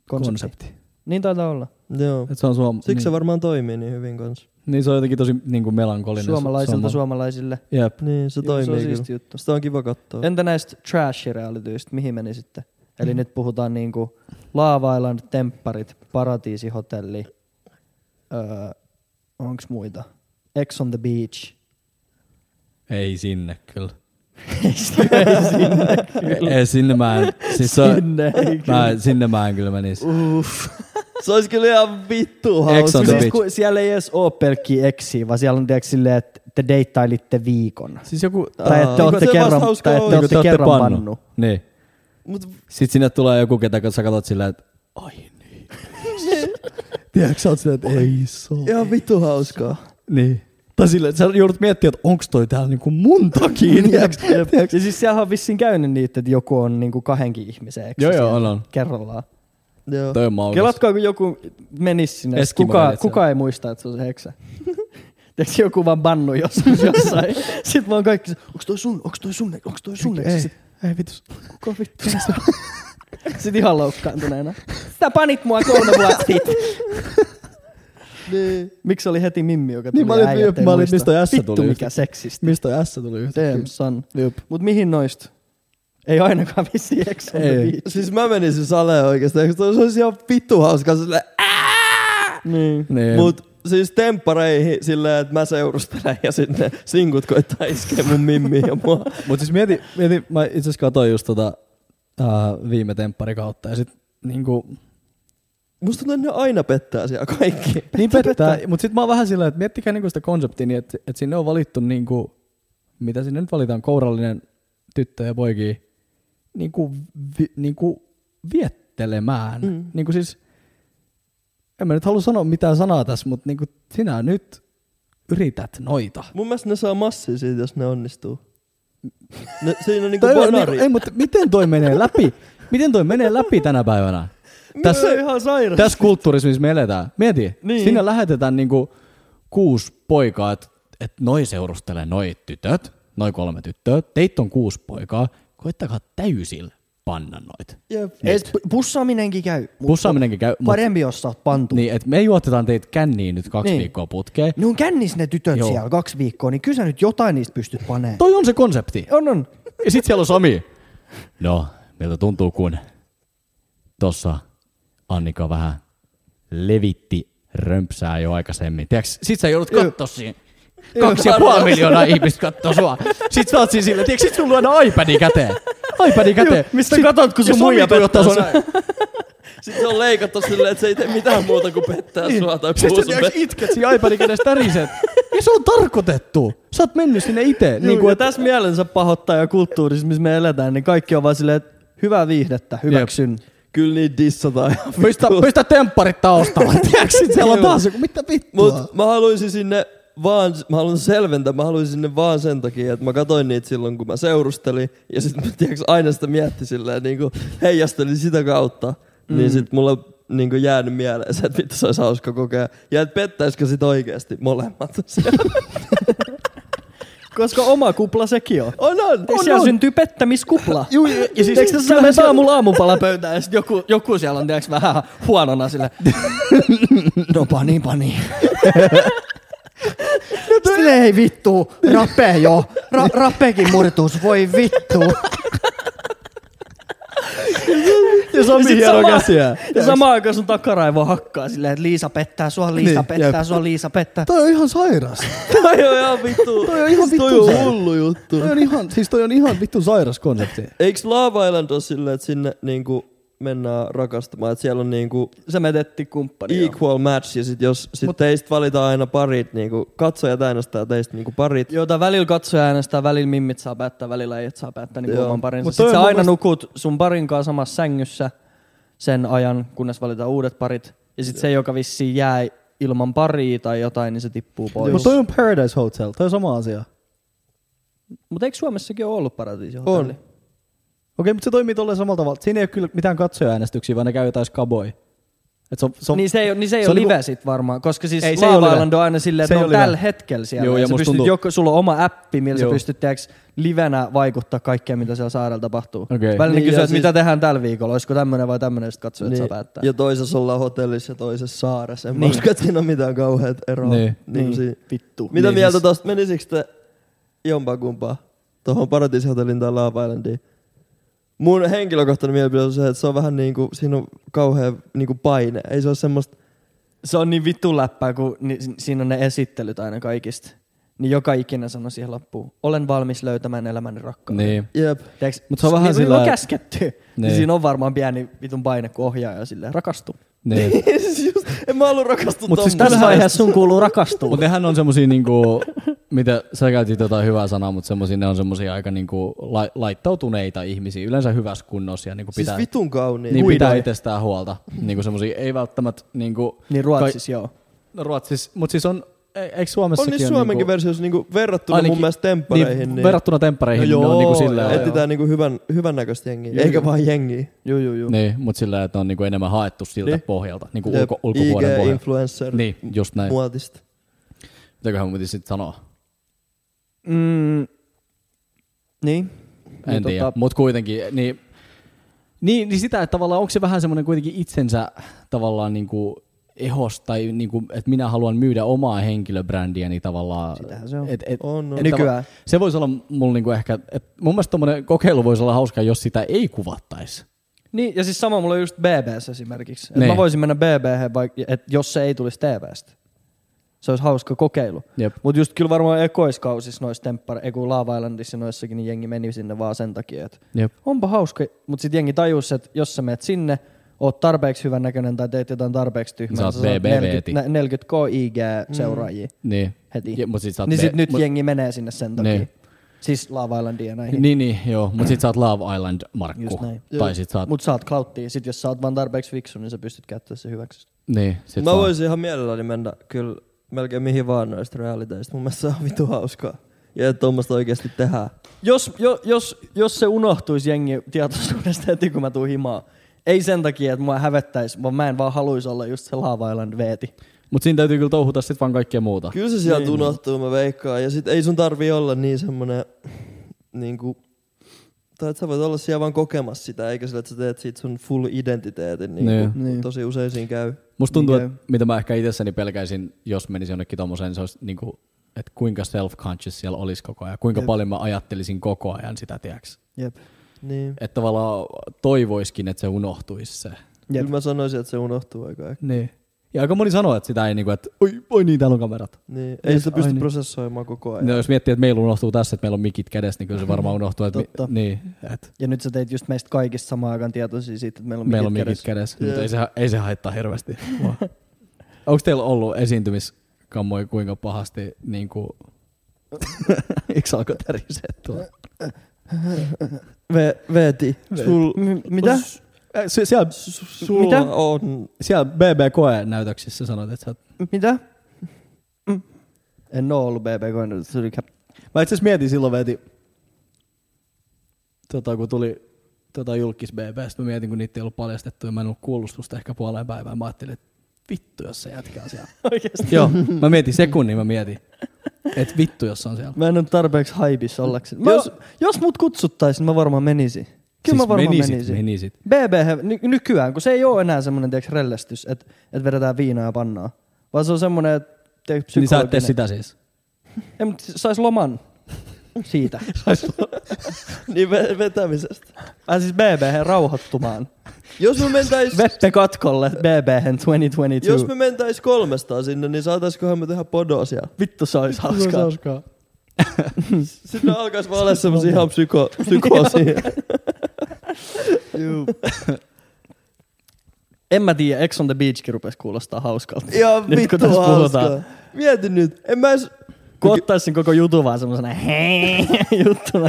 konsepti. konsepti. Niin taitaa olla. Joo. Et se on suom- Siksi niin, se varmaan toimii niin hyvin kanssa. niin se on jotenkin tosi niin kuin melankolinen. su- Suomalaisilta suoma- suomalaisille. Jep. Niin, se Joo, toimii se on kyllä. siisti juttu. Sitä on kiva katsoa. Entä näistä trash-realityistä, mihin meni sitten? Eli nyt puhutaan niinku Laava Island, Tempparit, Paratiisihotelli, öö, onks muita? Ex on the <laughs> Beach. Ei sinne kyllä. Ei sinne kyllä. <laughs> Ei sinne mä en. Siis se, Sinne ei mä, en- sinne mä en kyllä menisi. Uh. Uff. Se olisi kyllä ihan vittu Ex hauska. on the Siis beach. kun siellä ei edes ole pelkkiä eksiä, vaan siellä on tiiäks silleen, että te deittailitte viikon. Siis joku... Tai että te Niin kuin ootte se vasta kerran, hauskaa tai on, että te kun ootte kerran pannu. Niin. Mut Sitten sinne tulee joku, ketä kun sä katsot silleen, että ai niin. <laughs> Tiedätkö, sä oot silleen, että ei saa. ihan vittu hauskaa. Niin. Tai silleen, että sä joudut miettimään, että onks toi täällä niinku <laughs> mun takia, tiedätkö? tiedätkö? Ja siis siellä on vissiin käynyt niitä, että joku on niinku kahdenkin ihmisen eksiä Joo, joo, siellä on, on. kerrallaan. Joo. Toi on maukas. Kelatkaa, kun joku menisi sinne. Siis Eskimo Kuka, vedet kuka ei muista, että se on se <laughs> heksä. Tiedätkö, joku vaan bannu <laughs> jossain. jossain. Sitten vaan kaikki, onko toi sun, onko toi sun, onko toi sun eksä? Sit, ei vitus. Kuka vittu se <laughs> on? Sitten ihan loukkaantuneena. Sä panit mua kolme vuotta sitten. <laughs> Niin. Miksi oli heti Mimmi, joka tuli Niin, mä olin- äijät ei mä olin, muista? mistä ässä Vittu tuli mikä yhtäkkiä. seksistä. Mistä S tuli Damn son. Jep. Mut mihin noista? Ei ainakaan vissiin Ex on the Ei. Beach. Siis mä menisin saleen oikeesti, eikö toi- se olisi ihan vittu hauskaa sille, Niin. Niin. mut siis temppareihin silleen, että mä seurustelen ja sitten ne sinkut koittaa iskeä mun mimmiin ja mua. Mut siis mieti, mieti mä itse asiassa katsoin just tota äh, viime temppari kautta ja sit niinku... Musta tuntuu, että ne aina pettää siellä kaikki. Niin pettää, mut sit mä oon vähän sillä, että miettikää niinku sitä konseptia niin, että et sinne on valittu niinku... Mitä sinne nyt valitaan? Kourallinen tyttö ja poikia. Niinku, vi, niinku viettelemään. Mm. Mm. Niinku siis... En mä nyt halua sanoa mitään sanaa tässä, mut niinku sinä nyt yrität noita. Mun mielestä ne saa massia siitä, jos ne onnistuu. Ne, siinä on niinku Toi on, bonari. niinku, ei, mutta miten toi menee läpi? Miten toi menee läpi tänä päivänä? Tässä, Toi on ihan sairas. tässä kulttuurissa, missä me eletään. Mieti, Niin. niin. sinne lähetetään niinku kuusi poikaa, että et noi seurustelee noi tytöt, noi kolme tyttöä. Teit on kuusi poikaa, koittakaa täysillä panna noit. Jep. Ei, pu- pussaaminenkin käy. mut Pussaaminenkin käy, mut, Parempi, jos sä oot pantu. niin, et me juotetaan teitä känniin nyt kaksi Niin. niin. viikkoa putkeen. Ne on kännis ne tytöt Joo. Joo. siellä kaksi viikkoa, niin kyllä sä nyt jotain niistä pystyt paneen. Toi on se konsepti. on, on. Ja sit siellä on Sami. No, miltä tuntuu, kun tossa Annika vähän levitti römpsää jo aikaisemmin. Tiiäks, sit sä joudut kattoo siinä. Kaksi ja puoli miljoonaa ihmistä kattoo sua. Sit sä oot siinä sillä, tiiäks, sit sun lyödään iPadin käteen. iPadin käteen. mistä Sit- katot, kun ja sun Sami muija tuijottaa pettää sun. Sitten se on leikattu silleen, että se ei tee mitään muuta kuin pettää sua tai Sit puhuu sä sun tiiäks, itket siinä iPadin kädessä täriset. Ja se on tarkoitettu. Sä oot mennyt sinne ite. Niin Niin kuin, kuin, ja tässä mielensä pahoittaa ja kulttuurissa, missä me eletään, niin kaikki on vaan silleen, että hyvää viihdettä, hyväksyn. Kyllä niin dissataan. pistä, pistä tempparit <laughs> taustalla. Tiiäks, sit siellä on Joo. taas joku, mitä vittua. Mut mä haluaisin sinne vaan, mä haluan selventää, mä haluaisin sinne vaan sen takia, että mä katsoin niitä silloin, kun mä seurustelin, ja sit mä tiiäks, aina sitä mietti silleen, niin kuin heijastelin sitä kautta, mm. niin sit mulla on niin kuin jäänyt mieleen se, että vittu se olisi hauska kokea, ja että pettäisikö sit oikeesti molemmat. <laughs> Se Koska oma kupla sekin on. on, on, Eikö on, siellä on. syntyy pettämiskupla? Juu, ja- ja siis- Eikö tässä mennä saa mulla aamupala pöytään ja sit joku, joku siellä on tiiäks, vähän huonona sille. no pani, pani. Sille ei vittu, rape jo. Ra- rapekin murtuus, voi vittu. Ja Sami hiero käsiä. Ja samaan aikaan sun takaraivo hakkaa silleen, että Liisa pettää sua, Liisa Niin, pettää jep. sua, Liisa pettää. Toi on ihan sairas. Toi on ihan vittu. Toi on Toi ihan vitun on sairas. hullu juttu. Toi on ihan, siis toi on ihan vittu sairas konsepti. Eiks Lava Island oo silleen, että sinne niinku mennään rakastamaan, että siellä on niinku Sä metetti kumppania. equal match ja sit jos sit Mut, teistä valitaan aina parit, niinku katsojat äänestää teistä niinku parit. Joo, tai välillä katsoja äänestää, välillä mimmit saa päättää, välillä ei saa päättää niin Joo. oman parinsa. Mut Sitten toi sä on mun aina mielestä- nukut sun parin kanssa samassa sängyssä sen ajan, kunnes valitaan uudet parit. Ja sitten se, joka vissiin jää ilman paria tai jotain, niin se tippuu pois. Mutta toi on Paradise Hotel, toi on sama asia. Mutta eikö Suomessakin ole ollut paratiisi On. Okei, mutta se toimii tolleen samalla tavalla. Siinä ei ole kyllä mitään katsojaäänestyksiä, vaan ne käy jotain skaboi. Et se on, se on, Niin se ei, ole- niin se ei se ole on live niinku- sit varmaan, koska siis Ei, ei, se ei ole Love live. Island on aina silleen, Se että ei ne ole on live. tällä hetkellä siellä. Joo, Joo, ja ja sä musta pystyt, tuntuu- joko, sulla on oma appi, millä Joo. Joo. sä pystyt tiiäks, livenä vaikuttaa kaikkeen, mitä siellä saarella tapahtuu. Okei. Välillä Niin, niin, kysyy, ja että siis- mitä tehdään tällä viikolla, olisiko tämmönen vai tämmönen, sit katsoo, Niin. että saa päättää. ja toisessa ollaan hotellissa ja toisessa saaressa. En niin. mä usko, että siinä on mitään kauheat eroa. Niin. Niin. Niin. vittu. Mitä Niin, niin, mieltä siis- siis... tosta menisikö te jompakumpaa? Tuohon Paratiisihotellin tai Love Islandiin? Mun henkilökohtainen mielipide on se, että se on vähän niinku, siinä on kauhea niinku paine. Ei se ole semmoista, Se on niin vittu läppää, kun ni, si- siinä on ne esittelyt aina kaikista. Niin joka ikinä sanoi siihen loppuun, olen valmis löytämään elämäni rakkauden. niin. jep, <laughs> Teeks, Mut se on vähän niin, sillä- sillä... käsketty. Niin. Niin. niin. siinä on varmaan pieni vitun paine, kun ohjaaja silleen rakastuu. niin. Siis just, en mä ollut rakastunut Mut siis tommosta. Tässä vaiheessa sun kuuluu rakastua. Mutta nehän on semmosia niinku, mitä sä käytit jotain hyvää sanaa, mutta semmosia, ne on semmosia aika niinku la, laittautuneita ihmisiä, yleensä hyvässä kunnossa ja niinku Siis pitää, siis vitun kauniin. niin Niin. pitää huidoi. itsestään huolta. Niinku semmosia ei välttämättä niinku, niin Ruotsissa, joo. no Ruotsis, mutta siis on, e- eikö Suomessakin On niin ole Suomenkin niinku, versiossa niinku verrattuna Ainakin- mun mielestä temppareihin. Niin, niin, verrattuna temppareihin, no no ne on joo, niinku silleen, joo, etsitään niinku hyvän, hyvän näköistä jengiä, Joo, eikä joo. vaan jengiä. Joo, joo, joo. Niin, mutta sillä, että on niinku enemmän haettu siltä Niin. pohjalta, niinku Jep, ulko, ulkovuoden pohjalta. IG-influencer Niin, just näin. muotista. Mitäköhän mun piti sitten sanoa? Mm, niin. En Niin, tiedä, tota- mutta kuitenkin, niin, niin, niin sitä, että tavallaan onko se vähän semmoinen kuitenkin itsensä tavallaan niin kuin ehos tai niin kuin, että minä haluan myydä omaa henkilöbrändiäni tavallaan. Sitähän se on. Et, et, On, on. et Nykyään. tava- Se voisi olla mulla niinku ehkä, et mun mielestä tommonen kokeilu voisi olla hauska, jos sitä ei kuvattaisi. Niin, ja siis sama mulla on just BBS esimerkiksi. Et Niin. mä voisin mennä BBH, vaik- et jos se ei tulisi TVstä. Se olisi hauska kokeilu. Jep. Mutta just kyllä varmaan ekoiskausissa noissa temppare, ei kun Lava Islandissa ja noissakin, niin jengi meni sinne vaan sen takia, että Jep. onpa hauska. Mutta sitten jengi tajus, että jos sä menet sinne, oot tarpeeksi hyvän näköinen tai teet jotain tarpeeksi Sä tyhmää, oot BBV:ti. 40, nä- 40 KIG-seuraajia Niin. heti. Ja, mut sit sä oot niin B- sit nyt mut- jengi menee sinne sen takia. Niin. Siis Lava Islandia ja näihin. Niin, niin, joo. Mut sit sä oot Love Island Markku. Just näin. Tai sit sä oot, Mut saat klauttia, sit jos sä oot vaan tarpeeksi fiksu, niin sä pystyt käyttämään se hyväksi. niin, sit Mä sä oot- voisin ihan mielelläni mennä kyllä melkein mihin vaan noista realiteista. Mun mielestä se on vitu hauskaa. Ja että tuommoista oikeasti tehdään. Jos, jo, jos, jos se unohtuisi jengi tietoisuudesta heti, kun mä tuun himaa, ei sen takia, että mua hävettäisi, vaan mä en vaan haluaisi olla just se Lava Island veeti. Mut siinä täytyy kyllä touhuta sit vaan kaikkea muuta. Kyllä se sieltä niin. unohtuu, mä veikkaan. Ja sit ei sun tarvi olla niin semmonen niinku... Tai että sä voit olla siellä vaan kokemassa sitä, eikä sillä, että sä teet siitä sun full identiteetin. Niin Niin. kuin Niin. Tosi usein siinä käy. Musta tuntuu, Niin että mitä mä ehkä itsessäni pelkäisin, jos menisin jonnekin tommoseen, se olisi niinku, että kuinka self-conscious siellä olisi koko ajan, kuinka Jep. paljon mä ajattelisin koko ajan sitä, tiiäks. Jep. Niin. Että tavallaan toivoiskin, että se unohtuisi se. Jep. Kyllä mä sanoisin, että se unohtuu aika äkkiä. Niin. Ja aika moni sanoo, että sitä ei niinku, että oi, oi niin, täällä on kamerat. Niin. Ei Jep, sitä ai pysty niin. prosessoimaan koko ajan. No, jos miettii, että meillä unohtuu tässä, että meillä on mikit kädessä, niin kyllä se <laughs> varmaan unohtuu. Että Totta. Mi- niin, että Ja nyt sä teit just meistä kaikista samaan aikaan tietoisia siitä, että meillä on meillä on mikit mikit kädessä. kädessä. Jep. Mutta ei se, ei se haittaa hirveästi. Onko teillä ollut esiintymiskammoja kuinka pahasti niinku... Eikö alkoi tärisee tuolla? Ve- Veeti. Sul... M- mitä? Äh, Se, siellä, Sulla Mitä? on... siellä BBK-näytöksissä sanoit, että sä oot... M- mitä? Mm. En oo ollut BB Coin. Mä itse asiassa mietin silloin veti, tota, kun tuli tota, julkis BB, sit mä mietin, kun niitä ei ollut paljastettu ja mä en ollut kuullut susta ehkä puoleen päivään. Mä ajattelin, että vittu, jos se jätkää siellä. <laughs> Oikeesti. Joo, mä mietin sekunnin, mä mietin. Että vittu, jos se on siellä. Mä en ole tarpeeksi haibissa ollakseni. Mä, Joo. jos, jos mut kutsuttaisiin, mä varmaan menisin. Kyllä mä varmaan Siis menisit, menisin. menisin. menisit. BB ny- nykyään, kun se ei ole enää semmoinen tiiäks, rellestys, että et vedetään viinaa ja pannaa. Vaan se on semmoinen, että Niin sä et psykologinen. tee Niin sitä. sitä siis. Ei, mutta sais loman <laughs> siitä. <laughs> Niin ve- vetämisestä. Vähän siis BB rauhoittumaan. Jos me mentäis... Veppe katkolle BB 2022. Jos me mentäis kolmestaan sinne, niin saataiskohan me tehdä podoa siellä? Vittu se olisi hauskaa. hauskaa. Sitten alkais <laughs> vaan olla semmosia ihan psyko, psykoosia. En mä tiedä, Ex on the Beachkin rupes kuulostaa hauskalta. Ihan Nyt kun vittu tässä puhutaan. hauskaa. Mieti nyt, en mä edes... Kun ottais sen koko jutun vaan semmosena <laughs> hei juttuna.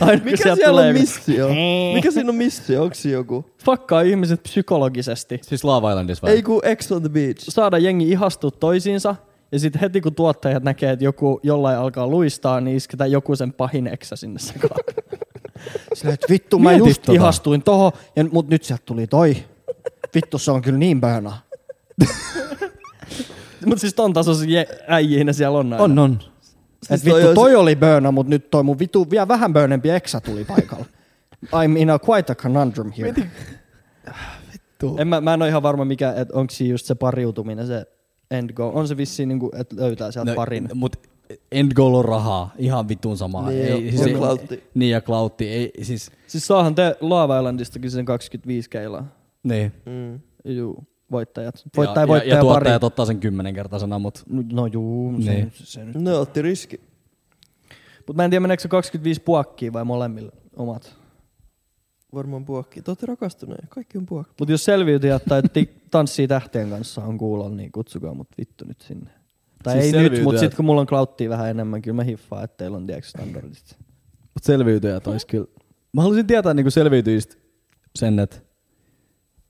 Aina, kun Mikä sieltä siellä tulee on joku, missio? "Hei". Mikä siinä on missio? Onks siinä joku? Fakkaa ihmiset psykologisesti. Siis Lava Islandissa vai? Ei kun X on the beach. Saada jengi ihastua toisiinsa. Ja sitten heti kun tuottajat näkee, että joku jollain alkaa luistaa, niin isketään joku sen pahin eksä sinne sekaan. <laughs> Sillä, että vittu, mä Mieti just tota. ihastuin tohon, ja, mut nyt sieltä tuli toi. Vittu, se on kyllä niin böna. <laughs> mut siis ton tasoisia äijiinä siellä on aina. On, on. Siis Et toi vittu, toi, on se- oli böönä, mutta nyt toi mun vitu vielä vähän böönempi eksä tuli paikalle. I'm in a quite a conundrum here. Vittu. En mä, mä en ole ihan varma, mikä, että onko siinä just se pariutuminen, se end goal. On se vissiin, niin että löytää sieltä no, parin. Mut end goal on rahaa. Ihan vitun samaa. Niin, ja- ja klautti. Niin ja klautti. Ei, siis, Siis saahan te Lava Islandistakin sen 25 keilaa. niin. Mm. Juu, voittajat. ja, Voittaja, ja, voittaja, ja pari. tuottajat ottaa sen kymmenenkertaisena, mut No juu, se, Niin. se nyt. Ne otti riski. Mut mä en tiedä, meneekö se 25 puokkiin vai molemmille omat. Varmaan puokki. Te ootte rakastuneet. Kaikki on puokki. Mut jos selviytyjät tai ti- tanssii tähtien kanssa on kuulolla, niin kutsukaa mut vittu nyt sinne. Tai Siis siis ei nyt, mut selviytyjät. sit kun mulla on klauttia vähän enemmän, kyllä mä hiffaan, että teillä on tiedätkö standardit. Mut selviytyjät olisi kyllä. Mä haluaisin tietää niin selviytyjistä sen, että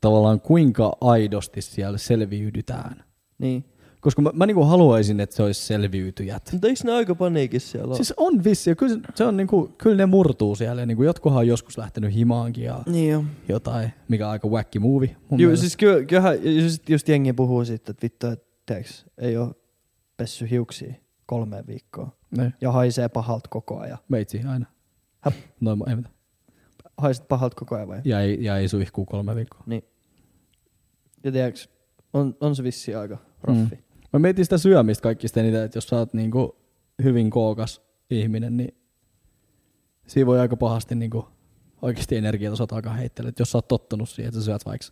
tavallaan kuinka aidosti siellä selviydytään. Niin. Koska mä, mä niin haluaisin, että se olisi selviytyjät. Mutta eikö ne aika paniikissa siellä ole? Siis on vissi, ja kyllä, se- se on niin kuin, kyllä ne murtuu siellä. Niin kuin jotkuhan on joskus lähtenyt himaankin ja Niin jo. jotain, mikä on aika wacky movie. Mun Juu, mielestä. siis kyllä, kyllähän just, just jengi puhuu siitä, että vittu, että tiedätkö, ei oo pessy hiuksia kolmeen viikkoon. Ne, Ja haisee pahalta koko ajan. Niin. meitsi aina. Häp. Noin, ei mitään. Haiset pahalta koko ajan vai? Ja ei, ja ei suihkuu kolme viikkoa. Ja tiedätkö, on, on se vissi aika raffi. Mm. Mä mietin sitä syömistä kaikista eniten, että jos sä oot niinku hyvin kookas ihminen, niin siinä voi aika pahasti niinku oikeasti energiatasot alkaa heittele. Et jos sä oot tottunut siihen, että sä syöt vaikka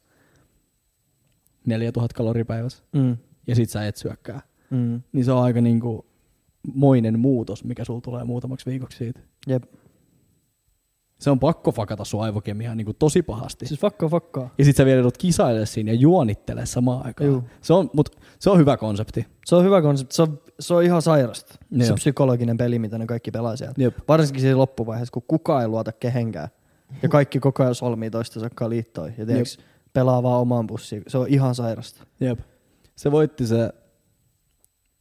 4000 kaloria päivässä Mm. ja sit sä et syökkää, Mm. niin se on aika niinku moinen muutos, mikä sulla tulee muutamaksi viikoksi siitä. Jep. Se on pakko fakata sun aivokemiaa niinku tosi pahasti. Siis fakkaa fakkaa. Ja sit sä vielä joudut kisaille siinä ja juonittele samaan aikaan. Juu. Se on, mut, se on hyvä konsepti. Se on hyvä konsepti. Se on, se on ihan sairasta. Niin Se on. on psykologinen peli, mitä ne kaikki pelaa sieltä. Jep. Varsinkin siinä loppuvaiheessa, kun kukaan ei luota kehenkään. Ja kaikki koko ajan solmii toistensa kanssa liittoihin. Ja tiedätkö, pelaa vaan omaan pussiin. Se on ihan sairasta. Jep. Se voitti se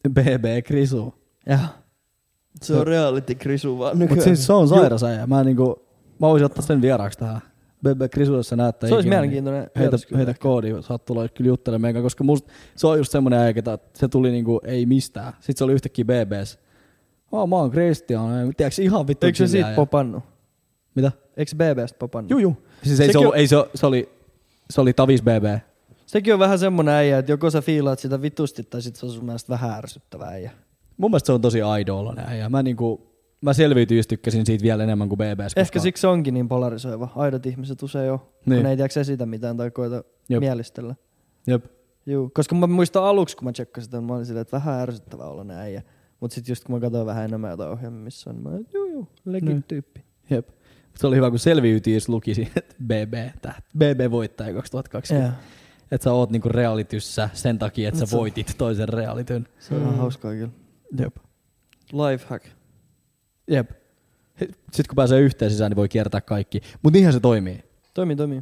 BB Krisu. Ja. Se on reality krisu vaan Mut nykyään. siis se on sairas äijä. Mä, niinku, mä voisin ottaa sen vieraaksi tähän. BB Krisu, jos sä näyttää Se olisi ikinä, mielenkiintoinen. Niin heitä, vieras kyllä. heitä koodi, saat tulla kyllä juttelemaan meidän kanssa, koska musta, se on just semmonen äijä, että se tuli niinku ei mistään. Sitten se oli yhtäkkiä BBs. Oh, mä oon Christian. Tiedätkö ihan vittu Eikö se chilli siitä äijä. popannu? Mitä? Eikö BBstä popannu? Juu, juu. Siis ei Sekin se, ollut, on- ei se, se oli, se oli Tavis BB. Sekin on vähän semmonen äijä, että joko sä fiilaat sitä vitusti tai sit se on sun mielestä vähän ärsyttävä äijä. Mun mielestä se on tosi aidooloinen äijä. Mä, niinku, mä selviytyjistä tykkäsin siitä vielä enemmän kuin BBS. koska- Ehkä siksi se onkin niin polarisoiva. Aidot ihmiset usein on, niin. Niin. kun ne ei tiedäks esitä mitään tai koeta Jep. Jop. mielistellä. Jep. Juu. Koska mä muistan aluksi, kun mä tsekkasin sitä, mä olin silleen, että vähän ärsyttävä olla ne äijä. Mut sit just kun mä katsoin vähän enemmän jotain ohjelmia, missä on, mä olin, juu juu, legit Niin. tyyppi. Jep. Mut Se oli hyvä, kun selviytyjistä luki siinä, <laughs> että BB, täht, BB voittaja 2020. Ja, Yeah. Että sä oot niinku realityssä sen takia, että Mut sä se- voitit toisen realityn. se on ihan hauskaa kyllä. Jep. Lifehack. Jep. Sitten kun pääsee yhteen sisään, niin voi kiertää kaikki. Mutta niinhän se toimii. Toimii, toimii.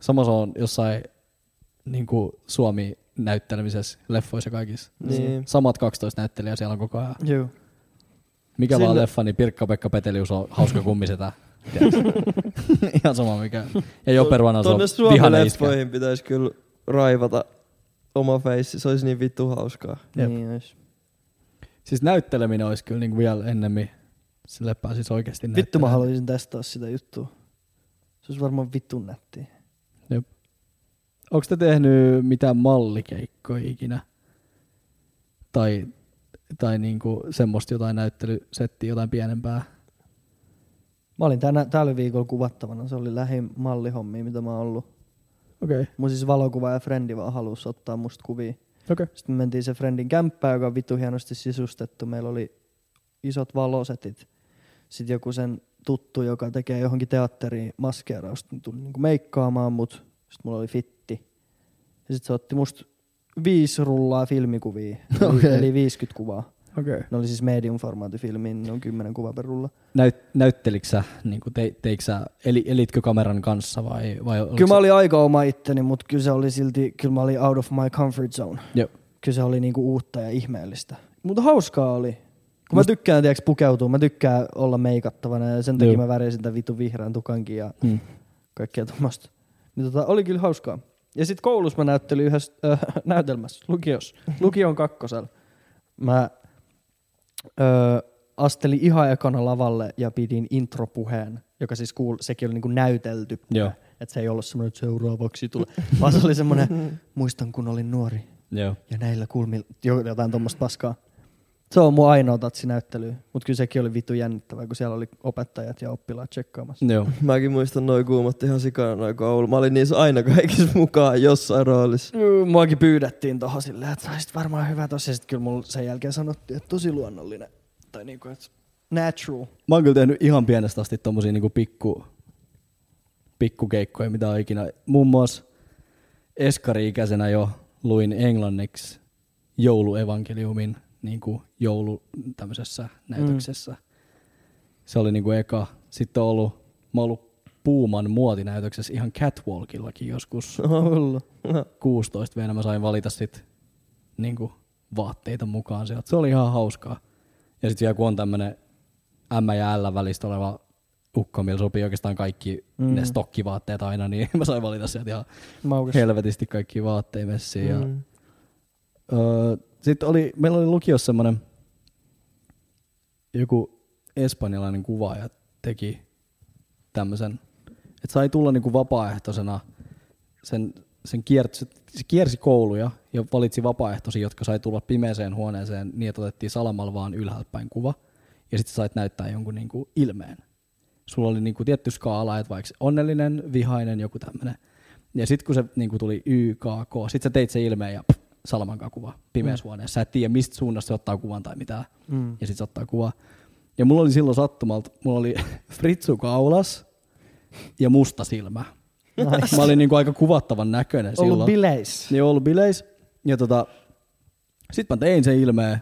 Sama se on jossain niin kuin Suomi-näyttelemisessä, leffoissa ja kaikissa. Niin. Samat 12 näyttelijää siellä on koko ajan. Juu. Mikä Sillä- vaan leffa, niin Pirkka-Pekka Petelius on hauska kummisetä. <laughs> Tiedätkö? Ihan sama mikä. Ei ole peruana, se on Tonne vihane iskä. suomi pitäisi kyllä raivata oma feissi. Se olisi niin vittu hauskaa. Jep. Niin ois. Siis näytteleminen olisi kyllä niinku vielä ennemmin. Sille pääsisi oikeasti Vittu mä näyttelemään. haluaisin testaa sitä juttua. Se olisi varmaan vitun nättiä. Onko te tehnyt mitään mallikeikkoja ikinä? Tai, tai niinku semmoista jotain näyttelysettiä, jotain pienempää? Mä olin tänä, tällä viikolla kuvattavana, se oli lähin mallihommia, mitä mä oon ollut. Okei. Okay. Mun siis valokuva ja frendi vaan halusi ottaa musta kuvia. Okay. Sitten me mentiin se friendin kämppään, joka on vittu hienosti sisustettu. Meillä oli isot valosetit. Sitten joku sen tuttu, joka tekee johonkin teatteriin maskeerausta, niin tuli niinku meikkaamaan mut. Sitten mulla oli fitti. Ja sitten se otti musta viisi rullaa filmikuvia, okay. Okei. eli 50 kuvaa. Okei. Okay. Ne oli siis medium formaatifilmiin, ne on 10 kuvaa per rulla. Näyt, näyttelikö sä, niin kuin te, teikö sä, eli, elitkö kameran kanssa vai, vai oliko Kyllä sä- mä olin aika oma itteni, mutta kyllä se oli silti, kyllä mä olin out of my comfort zone. Joo. Kyllä se oli niinku uutta ja ihmeellistä. Mutta hauskaa oli. Kun mä Must- tykkään tiiäks, pukeutua, mä tykkään olla meikattavana ja sen takia Joo. mä värisin tämän vitun vihreän tukankin ja Mm. kaikkea tuommoista. Niin tota, oli kyllä hauskaa. Ja sitten koulussa mä näyttelin yhdessä äh, <laughs> näytelmässä, lukios, lukion kakkosella. Mä ö, astelin ihan ekana lavalle ja pidin intropuheen, joka siis kuul, sekin oli niinku näytelty. Joo. Että se ei ollut semmoinen, että seuraavaksi tulee. Vaan se oli <laughs> semmoinen, muistan kun olin nuori Joo. ja näillä kulmilla, jo- jotain tuommoista paskaa. Se on mun ainoa tatsinäyttely, mutta kyllä sekin oli vitu jännittävää, kun siellä oli opettajat ja oppilaat tsekkaamassa. Joo. Mäkin muistan noin kuumot ihan sikana noin koulu. Mä olin niissä aina kaikissa mukaan jossain roolissa. Juu, Muakin pyydettiin tohon silleen, että olisit varmaan hyvä tossa. Sitten kyllä mulla sen jälkeen sanottiin, että tosi luonnollinen. Tai niinku, että natural. Mä oon kyllä tehnyt ihan pienestä asti tommosia niinku pikku, pikkukeikkoja, mitä on ikinä. Muun muassa eskari-ikäisenä jo luin englanniksi jouluevankeliumin niin kuin joulu tämmöisessä näytöksessä. Se oli niin kuin eka. Sitten on ollut, mä oon ollut Puuman muotinäytöksessä ihan catwalkillakin <laughs> joskus. On ollut. 16 vielä mä sain valita sit niinku vaatteita mukaan sieltä. Se oli ihan hauskaa. Ja sitten vielä kun on tämmönen M ja L välistä oleva ukko, millä sopii oikeastaan kaikki mm. ne stokkivaatteet aina, niin <laughs> mä sain valita sieltä ihan Maukas. helvetisti kaikki vaatteita messiin. Ja, Mm. öö, sitten oli, meillä oli lukiossa semmonen joku espanjalainen kuvaaja teki tämmöisen, että sai tulla niinku vapaaehtoisena sen, sen kiert, se kiersi kouluja ja valitsi vapaaehtoisia, jotka sai tulla pimeeseen huoneeseen niin, että otettiin salamalla vaan ylhäältä päin kuva ja sitten sait näyttää jonkun niinku ilmeen. Sulla oli niinku tietty skaala, että vaikka onnellinen, vihainen, joku tämmöinen. Ja sitten kun se niinku tuli Y, K, K, sitten sä teit sen ilmeen ja pff, salaman kanssa kuva pimeässä huoneessa. Sä et tiedä, mistä suunnasta se ottaa kuvan tai mitään. Mm. Ja sitten se ottaa kuva. Ja mulla oli silloin sattumalta, mulla oli <laughs> fritsu kaulas ja musta silmä. Nice. Mä olin niinku aika kuvattavan näköinen Ollut silloin. bileissä. Niin ollut bileissä. Ja tota, sit mä tein sen ilmeen.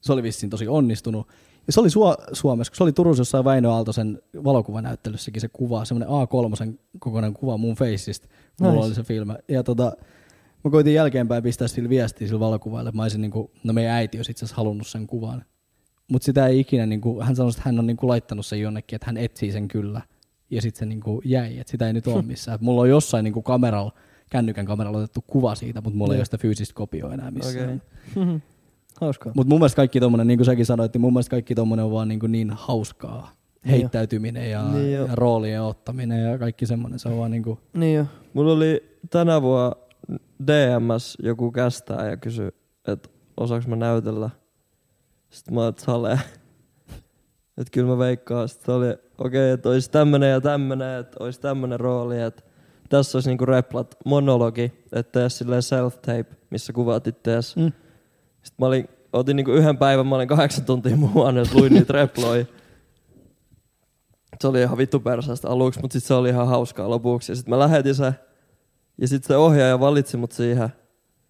Se oli vissiin tosi onnistunut. Ja se oli Suo- Suomessa, kun se oli Turussa jossain Väinö Aaltosen valokuvanäyttelyssäkin se kuva, semmoinen A3 kokonainen kuva mun feissistä. Mulla Nice. oli se filmi. Ja tota, mä koitin jälkeenpäin pistää sillä viestiä sillä valokuvaajalle, että mä olisin niinku, no meidän äiti olisi itse asiassa halunnut sen kuvan. Mutta sitä ei ikinä, niinku, hän sanoi, että hän on niinku laittanut sen jonnekin, että hän etsii sen kyllä. Ja sitten se niinku jäi, että sitä ei nyt ole missään. Et mulla on jossain niinku kameralla, kännykän kameralla otettu kuva siitä, mutta mulla ei ole sitä fyysistä kopioa enää missään. Okei. Okay. Hauskaa. Mutta mun mielestä kaikki tommonen, niin kuin säkin sanoit, niin mun mielestä kaikki tommonen on vaan niin, kuin niin hauskaa. Niin jo. Heittäytyminen ja, Niin niin jo. ja roolien ottaminen ja kaikki semmoinen. Se on vaan niin kuin, Niin jo. Mulla oli tänä vuonna DMS joku kästää ja kysyi, että osaanko mä näytellä. Sitten mä oon, että salee. <laughs> Että kyllä mä veikkaan. Sitten oli, okei, okay, että olisi tämmönen ja tämmönen, että olisi tämmönen rooli, että tässä olisi niinku replat, monologi, että tee silleen self-tape, missä kuvaat ittees. Mm. Mm. Sitten mä olin, otin niinku yhden päivän, mä olin kahdeksan tuntia mun huoneessa, luin niitä reploi. Se oli ihan vittu persästä aluksi, mutta sitten se oli ihan hauskaa lopuksi. Ja sitten mä lähetin sen, ja sitten se ohjaaja valitsi mut siihen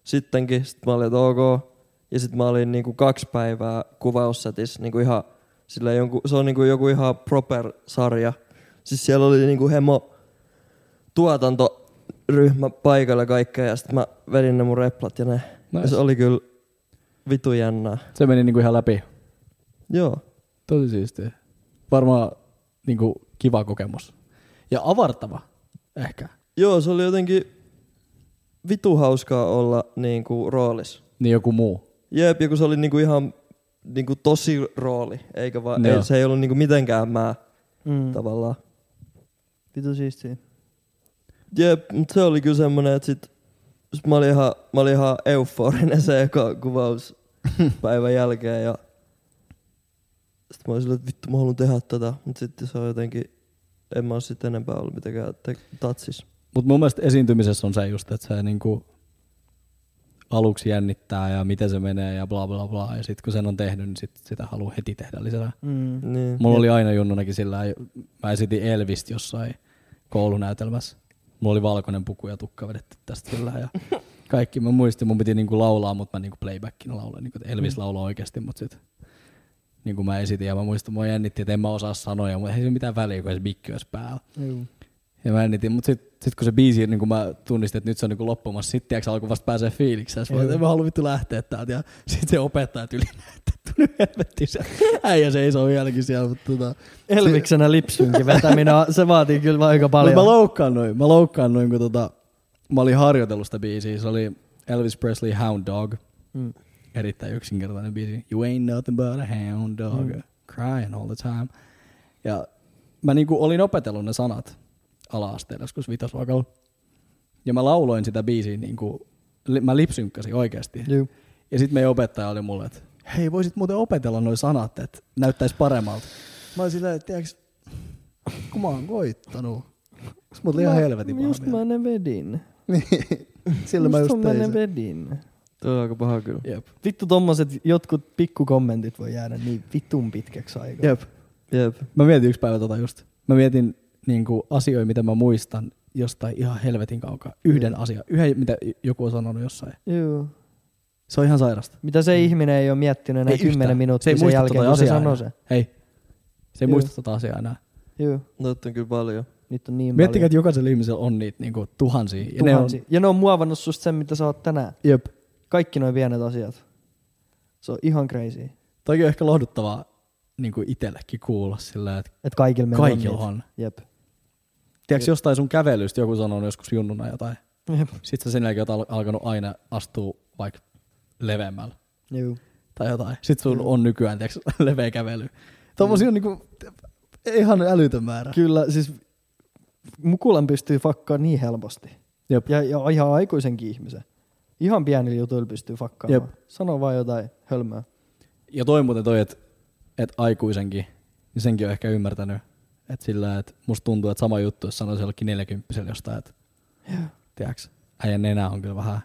sittenkin. Sitten mä olin, että ok. Ja sitten mä olin niinku kaksi päivää kuvaussetissa, niinku ihan sillä jonku, se on niinku joku ihan proper sarja. Siis siellä oli niinku hemo tuotantoryhmä paikalla kaikkea ja sitten mä vedin ne mun replat ja ne. Ja se nice. oli kyllä vitu jännää. se meni niin kuin ihan läpi. Joo. Tosi siistiä. Varmaan niin kuin kiva kokemus. Ja avartava ehkä. Joo, se oli jotenkin vitu hauskaa olla niinku roolis. Niin joku muu. Jep, ja kun se oli niinku ihan niinku tosi rooli, eikä vaan, Joo. ei, se ei ollut niinku mitenkään mä Mm. tavallaan. Vitu siistiä. Jep, mutta se oli kyllä semmonen, että sit sit mä olin ihan, mä olin ihan euforinen se eka <laughs> kuvaus päivän jälkeen ja sitten mä olin silleen, että vittu mä haluan tehdä tätä, mutta sitten se on jotenkin, en mä oo sit enempää ollut mitenkään te- tatsis. Mutta mun mielestä esiintymisessä on se just, että se niin kuin aluksi jännittää ja miten se menee ja bla bla bla. Ja sitten kun sen on tehnyt, niin sit sitä haluaa heti tehdä lisää. Mm. Niin. Mulla oli aina junnunakin sillä, mä esitin Elvist jossain koulunäytelmässä. Mulla oli valkoinen puku ja tukka vedetty tästä sillä ja kaikki. Mä muistin, mun piti niinku laulaa, mutta mä niinku playbackin lauloin. Niinku, että Elvis laulaa oikeasti, mutta sit niinku mä esitin ja mä muistan, mua jännitti, että en mä osaa sanoja, mutta ei se mitään väliä, kun se mikki olisi päällä. Juu. Ja mä jännitin, mutta sitten sit kun se biisi, niin kun mä tunnistin, että nyt se on niin loppumassa, sitten tiiäks alkoi vasta pääsee fiiliksessä. Mä, olin, että en mä haluan vittu lähteä täältä. Ja sitten se opettaa tyyli näyttää, että tuli <laughs> helvettiin se. Äijä seisoo vieläkin siellä, mutta tota, Elviksenä lipsynkin vetäminen, se vaatii kyllä aika paljon. Mä paljon. loukkaan noin, mä loukkaan noin, kun tota, mä olin harjoitellut sitä biisiä. Se oli Elvis Presley Hound Dog. Mm. Erittäin yksinkertainen biisi. You ain't nothing but a hound dog, Mm. crying all the time. Ja mä niinku olin opetellut ne sanat ala-asteella joskus vitosluokalla. Ja mä lauloin sitä biisiä niinku, li, mä lipsynkkäsin oikeasti. Juu. Ja sitten meidän opettaja oli mulle, että hei voisit muuten opetella noin sanat, että näyttäisi paremmalta. Mä olin silleen, että tiiäks, kun mä oon koittanut. Sä mut oli ihan Mä- helvetin paha Just vielä. mä ne vedin. Sillä mä just sun mä tein ne sen. vedin. Tuo on aika paha kyllä. Jep. Vittu tommoset jotkut pikkukommentit voi jäädä niin vitun pitkäksi aikaa. Jep. Jep. Mä mietin yksi päivä tota just. Mä mietin niinku asioita, mitä mä muistan jostain ihan helvetin kaukaa. Yhden asian. Yhden, mitä joku on sanonut jossain. Juu. Se on ihan sairasta. Mitä se ihminen ei ole miettinyt enää Mm. Ei yhtään. Se kymmenen ei minuuttia sen muista jälkeen, tota kun se asiaa sanoo enää. sen. Hei. Se ei Joo. muista tota asiaa enää. Juu. Noita on kyllä paljon. Nyt on niin Miettikää, paljon. että jokaisella ihmisellä on niitä niinku tuhansia. Ja ne on- Tuhansia. Ja ne on muovannut susta sen, mitä sä oot tänään. Jep. Kaikki noin pienet asiat. Se on ihan crazy. Toki on ehkä lohduttavaa niinku itsellekin kuulla sillä, että Että kaikilla meillä kaikilla on. on. niitä. Jep. Tiedätkö jostain sun kävelystä joku sanonut joskus junnuna jotain? Jep. Sitten sä sen jälkeen oot al- alkanut aina astua vaikka leveämmällä Juu. tai jotain. Sitten sun on nykyään tiiäks, <laughs> leveä kävely. Tuommoisia on niinku, ihan älytön määrä. Kyllä, siis mukulan pystyy fakkaa niin helposti. Jep. Ja, ja ihan aikuisenkin ihmisen. Ihan pienillä jutuilla pystyy fakkaamaan. Jep. Sano vaan jotain hölmöä. Ja toi muuten toi, että et aikuisenkin, niin senkin on ehkä ymmärtänyt. Että sillä, että musta tuntuu, että sama juttu, jos sanoisi jollekin neljäkymppiselle jostain, että tiiäks, äijän nenä on kyllä vähän,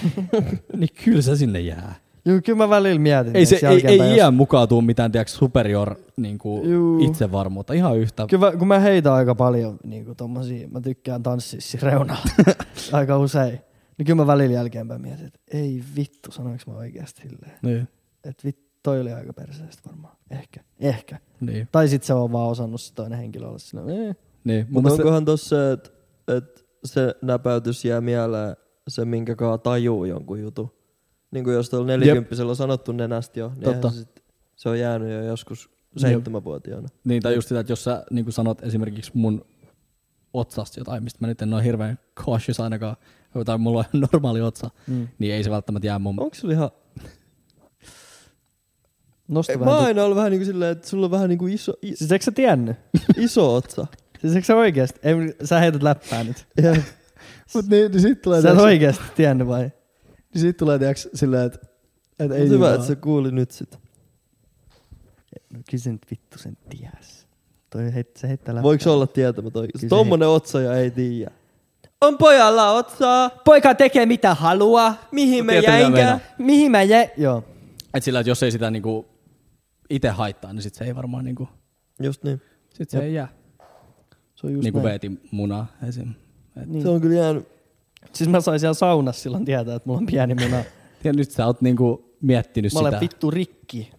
<laughs> niin kyllä se sinne jää. Joo, kyllä mä välillä mietin. Ei, se, tiiäks, ei, jälkeenpäin, ei jos- iän mukaan tuu mitään tiiäks, superior niin kuin Juu. itsevarmuutta, ihan yhtä. Kyllä mä- kun mä heitän aika paljon niin kuin tommosia, mä tykkään tanssia siis reunaa <laughs> aika usein. Niin kyllä mä välillä jälkeenpäin mietin, että ei vittu, sanoinko mä oikeasti silleen. Niin, Että vittu, toi oli aika perseestä varmaan. Ehkä, ehkä. niin, Tai sit se on vaan osannut se toinen henkilö olla silleen, eh. niin. Mun Mutta mielestä, onkohan tossa, että et se näpäytys jää mieleen se, minkä kaa tajuu jonkun jutun. Niin kuin jos tuolla nelikymppisellä on sanottu nenästä jo, niin Totta. eihän se, sit, se on jäänyt jo joskus seitsemänvuotiaana. niin, tai just sitä, että jos sä niin kuin sanot esimerkiksi mun otsasta jotain, mistä mä nyt en ole hirveän cautious ainakaan, tai mulla on <laughs> normaali otsa, Mm. niin ei se välttämättä jää mun Onko sulla ihan... Nosta Ei, vähän. mä oon tu- aina ollut vähän niin kuin silleen, että sulla on vähän niin kuin iso, i, Siis eikö sä tiennyt? iso otsa. Siis eikö sä oikeesti? Ei, sä heität läppää nyt. Mut niin, niin sit tulee, Sä et tiiäks, oikeesti tiennyt vai? niin sit tulee tiiäks, sillä, että et ei Ei hyvä, niinku- että se kuuli nyt sit. No kyllä se nyt vittu sen ties. Toi heit, se heittää läppää. Voiko olla tietämätön oikeasti? Kyllä se Tommonen otsa ja ei tiedä. On pojalla otsaa, Poika tekee mitä haluaa. mihin me Tietää, mitä No meinaa. jäinkään. Mihin mä jä... Joo. Et sillä, että jos ei sitä niinku itse haittaa, niin sit se ei varmaan niinku, Just niin. sit se ei jää. Se on just Niinku näin. veetin munaa esim. Et, Niin. Se on kyllä jäänyt. Siis mä sain siellä saunassa silloin tietää, että mulla on pieni <laughs> muna. ja nyt sä oot niinku miettinyt Mä olen sitä. vittu rikki.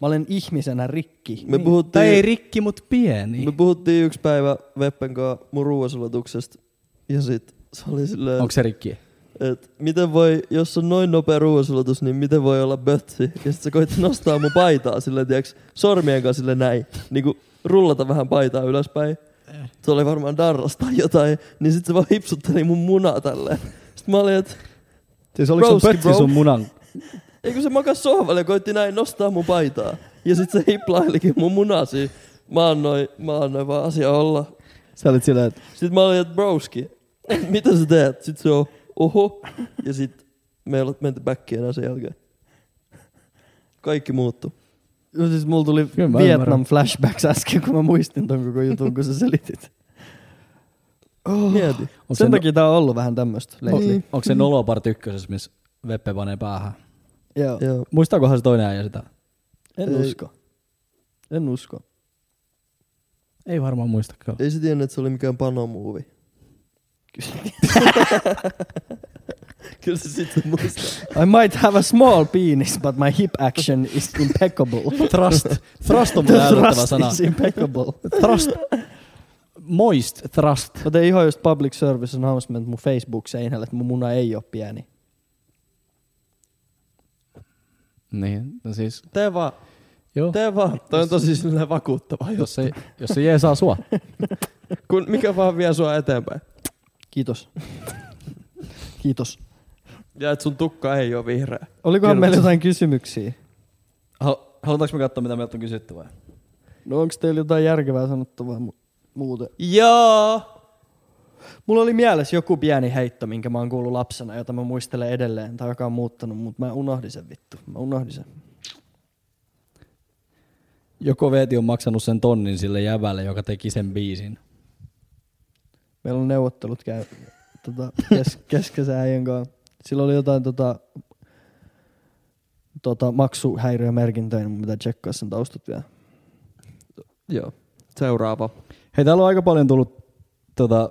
Mä olen ihmisenä rikki. Niin. Me Tai ei puhuttiin, rikki, mut pieni. Niin. me puhuttiin yksi päivä Veppen kanssa mun ruoasulatuksesta. Ja sit se oli silleen, Onko se rikki? että miten voi, jos on noin nopea ruoasulatus, niin miten voi olla bötsi? Ja sit se koitti nostaa mun paitaa silleen, tiiäks, sormien kanssa sille näin. Niinku rullata vähän paitaa ylöspäin. Se oli varmaan darras tai jotain. Niin sit se vaan hipsutteli mun munaa tälleen. Sit mä olin, että Siis oliko sun Roast, pötsi bro. sun munan? Ei kun se makas sohvalle ja koitti näin nostaa mun paitaa. Ja sit se hiplailikin mun munasi. Mä annoin, mä annoin vaan asia olla. Sä olit sillä, että Sitten mä olin, että broski, mitä sä teet? Sit se on, oho. Ja sit me ei olla menty backiin enää sen jälkeen. Kaikki muuttu. No siis mulla tuli Kyllä mä Vietnam ymmärrän. flashbacks äsken, kun mä muistin ton koko jutun, kun sä selitit. Mieti. onko se, Oh. no- Sen takia tää on ollut vähän tämmöstä onko, lately. Niin. onko se nolopart ykkösessä, missä Veppe panee päähän. Niin, Joo. Joo. Muistaakohan se toinen äijä sitä? En Ei. usko. En usko. Ei varmaan muista kyllä. Ei se tiennyt, että se oli mikään <laughs> panomuuvi. Kyllä se sitten muistaa. I might have a small penis, but my hip action is impeccable. Thrust. Thrust on muuten älyttävä sana. is impeccable. Thrust. Moist thrust. Mä tein ihan just public service announcement mun Facebook-seinälle, että mun muna ei ole pieni. Niin, no siis. Tee vaan, Joo. tee vaan. Toi on tosi silleen vakuuttava juttu. Jos se, jos se jeesaa sua. Kun mikä vaan vie sua eteenpäin. Kiitos. <laughs> Kiitos. Ja et sun tukka e ei ole vihreä. Olikohan Kiitos. meillä jotain kysymyksiä? Halutaanko me katsoa, mitä meiltä on kysytty vai? No onko teillä jotain järkevää sanottavaa mu- muuten? Joo! Mulla oli mielessä joku pieni heitto, minkä mä oon kuullut lapsena, jota mä muistelen edelleen, tai joka on muuttanut, mutta mä unohdin sen vittu. Mä unohdin sen. Joko Veeti on maksanut sen tonnin sille jävälle, joka teki sen biisin. Meillä on neuvottelut käy tota, kes- <laughs> keskeisen äijän kanssa. Sillä oli jotain tota, tota, maksuhäiriömerkintöjä, niin mun pitää tsekkaa sen taustat vielä. Joo. Seuraava. Hei, täällä on aika paljon tullut, tota,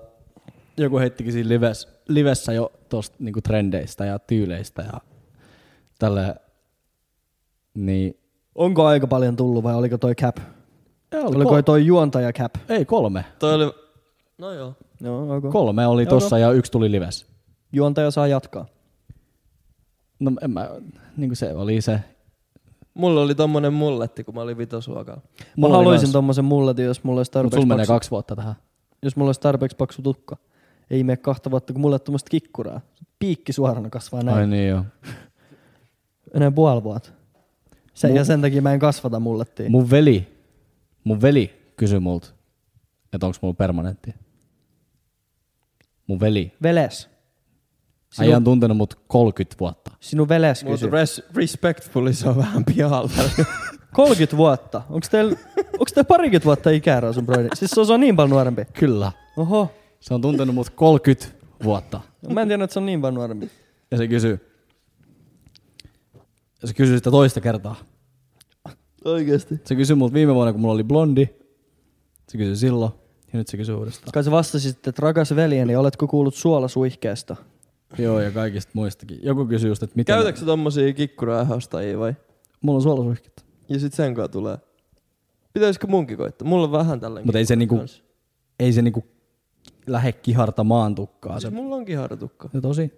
joku heittikin siinä lives, livessä jo tuosta niinku trendeistä ja tyyleistä ja tällä. Niin. Onko aika paljon tullut vai oliko toi cap? Ei, Oliko kol- toi juontaja cap? ei kolme. Toi oli... No joo. No, okay. Kolme oli tossa ja yksi tuli lives. Juontaja saa jatkaa. No en mä, niinku se oli se. Mulla oli tommonen mulletti, kun mä olin vitosluokalla. Mä Mulla oli haluaisin kans. tommosen mulletin, jos mulla olisi Mut sulla tarpeeksi menee paksu, kaksi vuotta tähän. jos mulla olisi tarpeeksi paksu tukka. Ei mene kahta vuotta, kun mulla on tommoista kikkuraa. Piikki suorana kasvaa näin. Ai niin joo. Enää puoli vuotta. Sen, Mu- ja sen takia mä en kasvata mullettiin. Mun veli, mun veli kysyi multa, että onko mulla permanentti. Mun veli. Veles. Sinun... Äijä on tuntenut mut 30 vuotta. Sinun veles Mutta kysyy. res, respectfully se on vähän <laughs> pihalla. 30 vuotta. Onko teillä onks teillä parikymmentä vuotta ikäeroa sun broidi? Siis se on, se on niin paljon nuorempi. Kyllä. Oho. Se on tuntenut mut 30 vuotta. Mä en tiedä, että se on niin paljon nuorempi. Ja se kysyy. Ja se kysyy sitä toista kertaa. Oikeesti. Se kysyi multa viime vuonna, kun mulla oli blondi. Se kysyi silloin. Ja nyt se kysyy uudestaan. Kai se vastasi sitten, että rakas veljeni, oletko kuullut suolasuihkeesta? Joo, ja kaikista muistakin. Joku kysyi just, että miten... Käytätkö sä tommosia kikkuraahostajia vai? Mulla on suolasuihketta. Ja sit sen kanssa tulee. Pitäisikö munkin koittaa? Mulla on vähän tällainen. Mut ei se niinku- kans. Ei se niinku lähde kihartamaan tukkaa. Se... Siis mulla onkin hartukka. Ja tosi.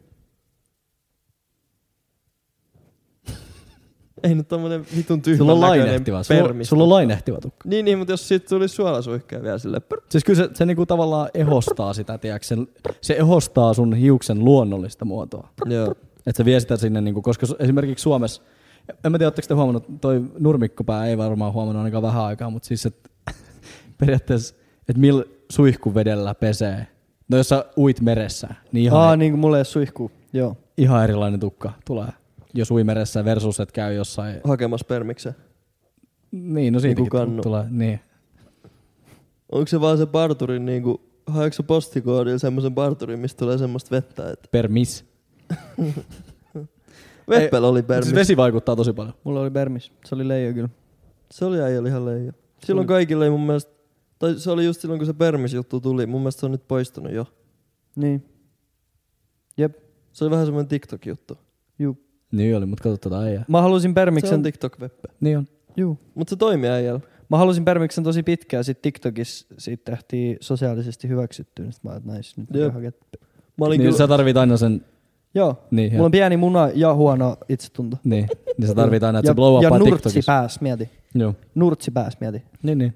Ei nyt tommonen vitun tyhmän Sulla on näköinen lainehtiva. Sulla, permisto. sulla on lainehtiva tukka. Niin, niin, mutta jos siitä tulisi suolasuihkeja vielä sille. Prr. Siis kyllä se, se niinku tavallaan ehostaa sitä, tiedätkö? Se, se ehostaa sun hiuksen luonnollista muotoa. Joo. Että se vie sitä sinne, niinku, koska su- esimerkiksi Suomessa, en mä tiedä, oletteko te huomannut, toi nurmikkopää ei varmaan huomannut ainakaan vähän aikaa, mutta siis, että <laughs> periaatteessa, että millä suihkuvedellä pesee. No jos sä uit meressä, niin ihan, Ihan Aa, niin kuin mulla ei ole suihkuu. Joo. ihan erilainen tukka tulee. Jos ui meressä versus, että käy jossain. Hakemassa permiksen. Niin, no siitäkin Niinku kannu. tu- tulee. Niin. Onko se vaan se parturin niinku, haetko sä postikoodilla semmosen parturin, mistä tulee semmoista vettä, että Permis. Veppel oli permis. Siis vesi vaikuttaa tosi paljon. Mulla oli Bermis. Se oli leijo kyllä. Se oli äijä ihan leijo. Silloin kaikille ei mun mielestä, tai se oli just silloin kun se permisjuttu tuli, mun mielestä se on nyt poistunut jo. Niin. Jep. Se oli vähän semmoinen TikTok-juttu. Juu. Niin oli, mutta katso tota äijää. Mä halusin Se on Bermiksen... TikTok-veppe. Niin on. Juu. Mutta se toimii äijällä. Mä halusin Permiksen tosi pitkään, sit TikTokissa siitä tehtiin sosiaalisesti hyväksyttyyn, sit mä oon, että nice, nyt Jep. pitää hakea. Mä olin Niin, niin kyllä, sä tarvit aina sen, Joo, niin, mulla Mulla... on pieni muna ja huono itsetunto. niin, niin sä tarvit aina, ja, että se blow ja uppaa nurtsi TikTokissa. pääs, mieti. Joo. Nurtsi pääs, mieti. Niin, niin.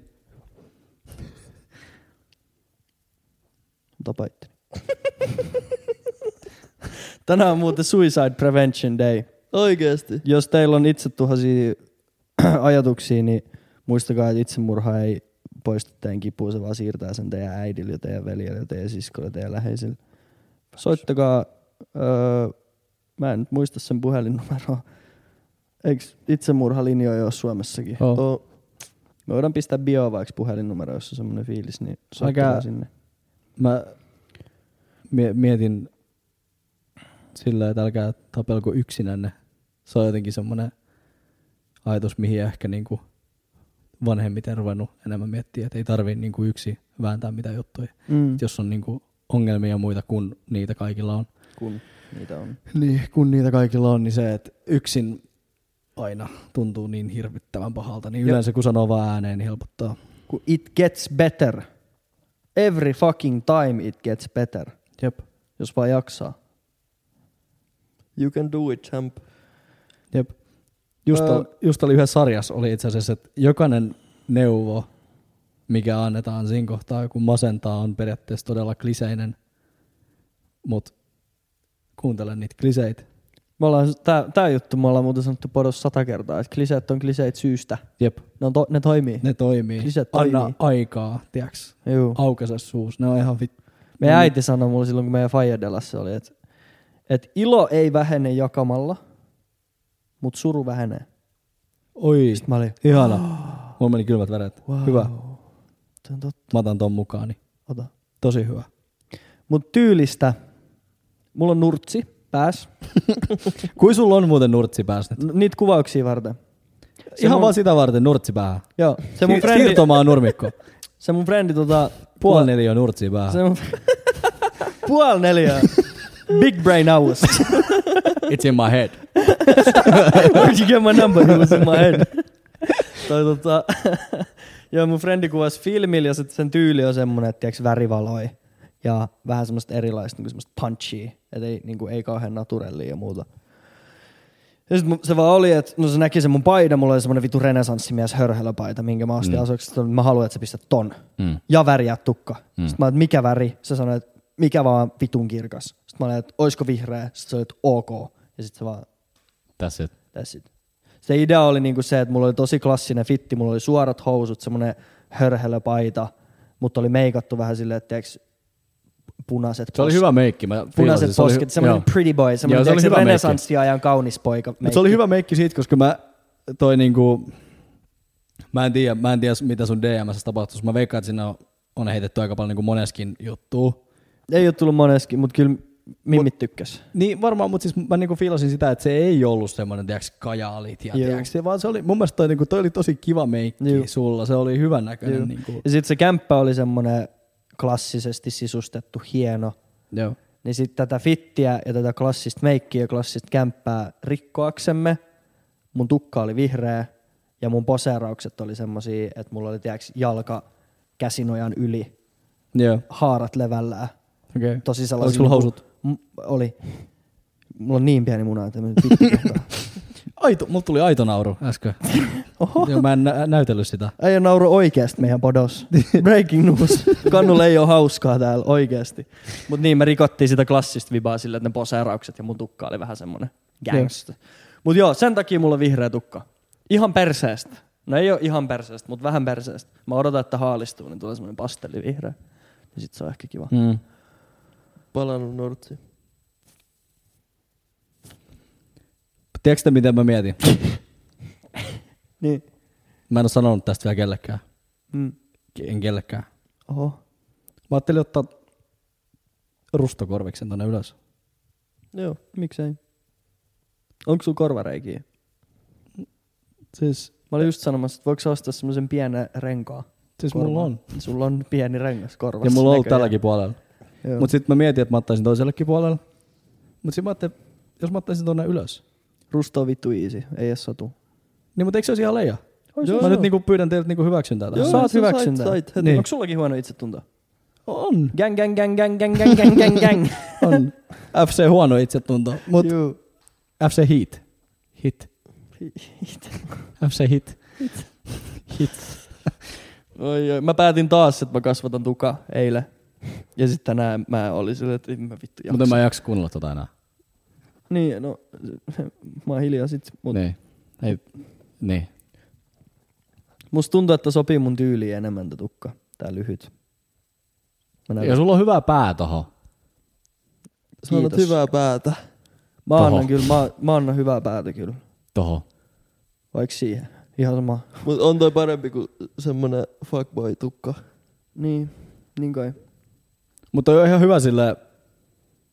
Tapa itteni. Tänään on muuten Suicide Prevention Day. oikeesti. Jos teillä on itse tuhansia <clears throat> ajatuksia, niin muistakaa, että itsemurha ei poista teidän kipua, se vaan siirtää sen teidän äidille, ja teidän veljelle, ja teidän siskolle, teidän läheisille. Soittakaa, öö, mä en nyt muista sen puhelinnumeroa. Eikö itsemurhalinjoja ole Suomessakin? Oh. Oh. Me voidaan pistää bio vaikka puhelinnumero, jos on semmoinen fiilis, niin soittakaa Älkää- sinne. Mä mie- mietin sillä, että älkää tapelko yksinänne. Se on jotenkin semmoinen ajatus, mihin ehkä niinku vanhemmiten ruvennut enemmän miettiä, että ei tarvii niinku yksi vääntää mitä juttuja. Mm. Et Jos on niinku ongelmia muita kuin niitä kaikilla on. Kun niitä on. Niin, kun niitä kaikilla on, niin se, että yksin aina tuntuu niin hirvittävän pahalta, niin Jep. yleensä kun sanoo vaan ääneen, niin helpottaa. Kun it gets better. Every fucking time it gets better. Jep. Jos vaan jaksaa. You can do it, champ. Jep. Just, Öö. ol, just oli yhdessä sarjassa oli itse asiassa, että jokainen neuvo, mikä annetaan siinä kohtaa, kun masentaa, on periaatteessa todella kliseinen, mutta kuuntelen niitä kliseitä. Me ollaan, tää, tää juttu me ollaan muuten sanottu podossa sata kertaa, että kliseet on kliseet syystä. Jep, Ne, on to, ne toimii. ne toimii. Klise Anna toimii. aikaa, tiiäks. Juu. Aukaise suus, ne on ihan vittu. Meidän äiti sanoi mulle silloin, kun meidän Fajadelassa oli, että, että ilo ei vähene jakamalla, mutta suru vähenee. Oi, Sitten mä olin, ihana. Mulla meni kylmät väret. wow. Hyvä. Se on totta. Mä otan ton mukaan, niin Ota. tosi hyvä. Mut tyylistä. Mulla on nurtsi pääs. Kui sulla on muuten nurtsi päässä nyt? N- Niitä kuvauksia varten. Se Ihan mun- vaan sitä varten nurtsi päähän. Joo. Se mun Si- frendi, <laughs> Siirtomaan nurmikko. se mun frendi tota... Puoli neljä nurtsi päähän. Se mun, <laughs> puoli <laughs> neljää. Big brain hours. It's in my head. <laughs> Where'd you get my number? niin It was in my head. Toi, tota, <laughs> joo, mun frendi kuvasi filmillä ja sit sen tyyli on semmonen, että tiiäks, värivaloi ja vähän semmoista erilaista, niinku semmoista punchia, et ei, niinku, ei kauhean naturellia ja muuta. Ja sit mun- se vaan oli, että no se näki sen mun paidan, mulla oli semmonen vitu renesanssimies hörhelöpaita, minkä mä ostin mm. asuksi, että mä haluan, että sä pistät ton Mm. ja väriä tukka. Mm. Mm. Sitten mä olin, että mikä väri? Se sanoi, että mikä vaan vitun kirkas. Sitten mä olin, että oisko vihreä? Sitten se oli, että ok. Ja sitten se vaan That's it. That's it. Se idea oli niinku se, että mulla oli tosi klassinen fitti, mulla oli suorat housut, semmoinen hörhelöpaita, mutta oli meikattu vähän silleen, että tiiäks, punaiset, Se oli pos- hyvä meikki. Mä punaiset fiilasin, se oli hy- posket, semmoinen joo. pretty boy, Joo, semmoinen se oli se hyvä meikki. renesanssiajan kaunis poika. Mut se oli hyvä meikki siitä, koska mä toi niinku... Mä en tiedä, mä en tiedä mitä sun DMS tapahtuisi. Mä veikkaan, että sinne on, on heitetty aika paljon niinku moneskin juttuu. Ei ole tullut moneskin, mutta kyllä mimmit tykkäs. Niin varmaan, mutta siis mä niinku fiilasin sitä, että se ei ollut semmoinen, tiiäks, kajaalit ja Joo. tiiäks, se vaan se oli, mun mielestä toi, niinku, toi oli tosi kiva meikki Joo. sulla, se oli hyvän Joo. näköinen. Niinku, Ja sitten se kämppä oli semmoinen klassisesti sisustettu, hieno. joo. Niin sitten tätä fittiä ja tätä klassista meikkiä ja klassista kämppää rikkoaksemme. Mun tukka oli vihreä ja mun poseeraukset oli semmosia, että mulla oli tiiäks, jalka käsinojan yli, Joo, haarat levällään. okei. Okay. Tosi sellaisia. Oliko sulla niinku- housut? M- oli. Mulla on niin pieni muna, että mä nyt vittu <laughs> kohtaa. Aito, mulla tuli aito nauru äsken. <laughs> Oho. Joo, mä en nä- näytellyt sitä. Äijä nauro oikeasti meidän podos. Breaking news. Kannulle ei ole hauskaa täällä oikeasti. Mutta niin, me rikottiin sitä klassista vibaa sillä, että ne poseeraukset ja mun tukka oli vähän semmonen gangsta. Mutta joo, sen takia mulla on vihreä tukka. Ihan perseestä. No ei ole ihan perseestä, mutta vähän perseestä. Mä odotan, että haalistuu, niin tulee semmonen pastellivihreä. Ja sit se on ehkä kiva. Mm. Palannut nortsi. Tiedätkö te, miten mä mietin? Niin. Mä en ole sanonut tästä vielä kellekään. Mm. En kellekään. Oho. Mä ajattelin ottaa rustokorviksen tonne ylös. Joo. Miksei? Onko sulla korvareikiä? Siis, Mä olin just sanomassa, että voiko sä ostaa semmoisen pienen renkaan? siis Korva. mulla on. Sulla on pieni rengas korvassa. Ja mulla on ollut näköjään. tälläkin puolella. Mutta sitten mä mietin, että mä ottaisin toisellekin puolelle. Mutta sitten mä ajattelin, jos mä ottaisin tonne ylös. Rusto on vittu easy, ei edes sotu. Niin, mutta eikö se olisi ihan leija? Ois Joo, se, mä joo. nyt niinku pyydän teiltä niinku hyväksyntää tähän. Joo. Saat sä hyväksyntää. Sait, sait Niin. niin. Onko sullakin huono itsetunto? On, Gang, gang, gang, gang, gang, gang, gang, gang, <laughs> gang. on. <laughs> FC huono itsetunto, mut FC Heat. Hit. FC Hit. Oi, oi. Mä päätin taas, että mä kasvatan tuka eilen. Ja sitten tänään mä olin silleen, että en mä vittu jaksa. Mutta mä en jaksa kuunnella tota enää. Niin, no, <laughs> mä oon hiljaa sit. Mut Niin. Ei, niin. musta tuntuu, että sopii mun tyyliin enemmän tää tukka. Tää lyhyt. Mä Ja näytän. sulla on hyvä pää tohon. Sä annat Kiitos. hyvää päätä. Mä Paho. annan kyllä, mä, mä annan hyvää päätä kyllä. Tohon. Vaikka siihen. Ihan sama. Mut on toi parempi kuin semmonen fuckboy-tukka. Niin, niin kai. Mutta on ihan hyvä sille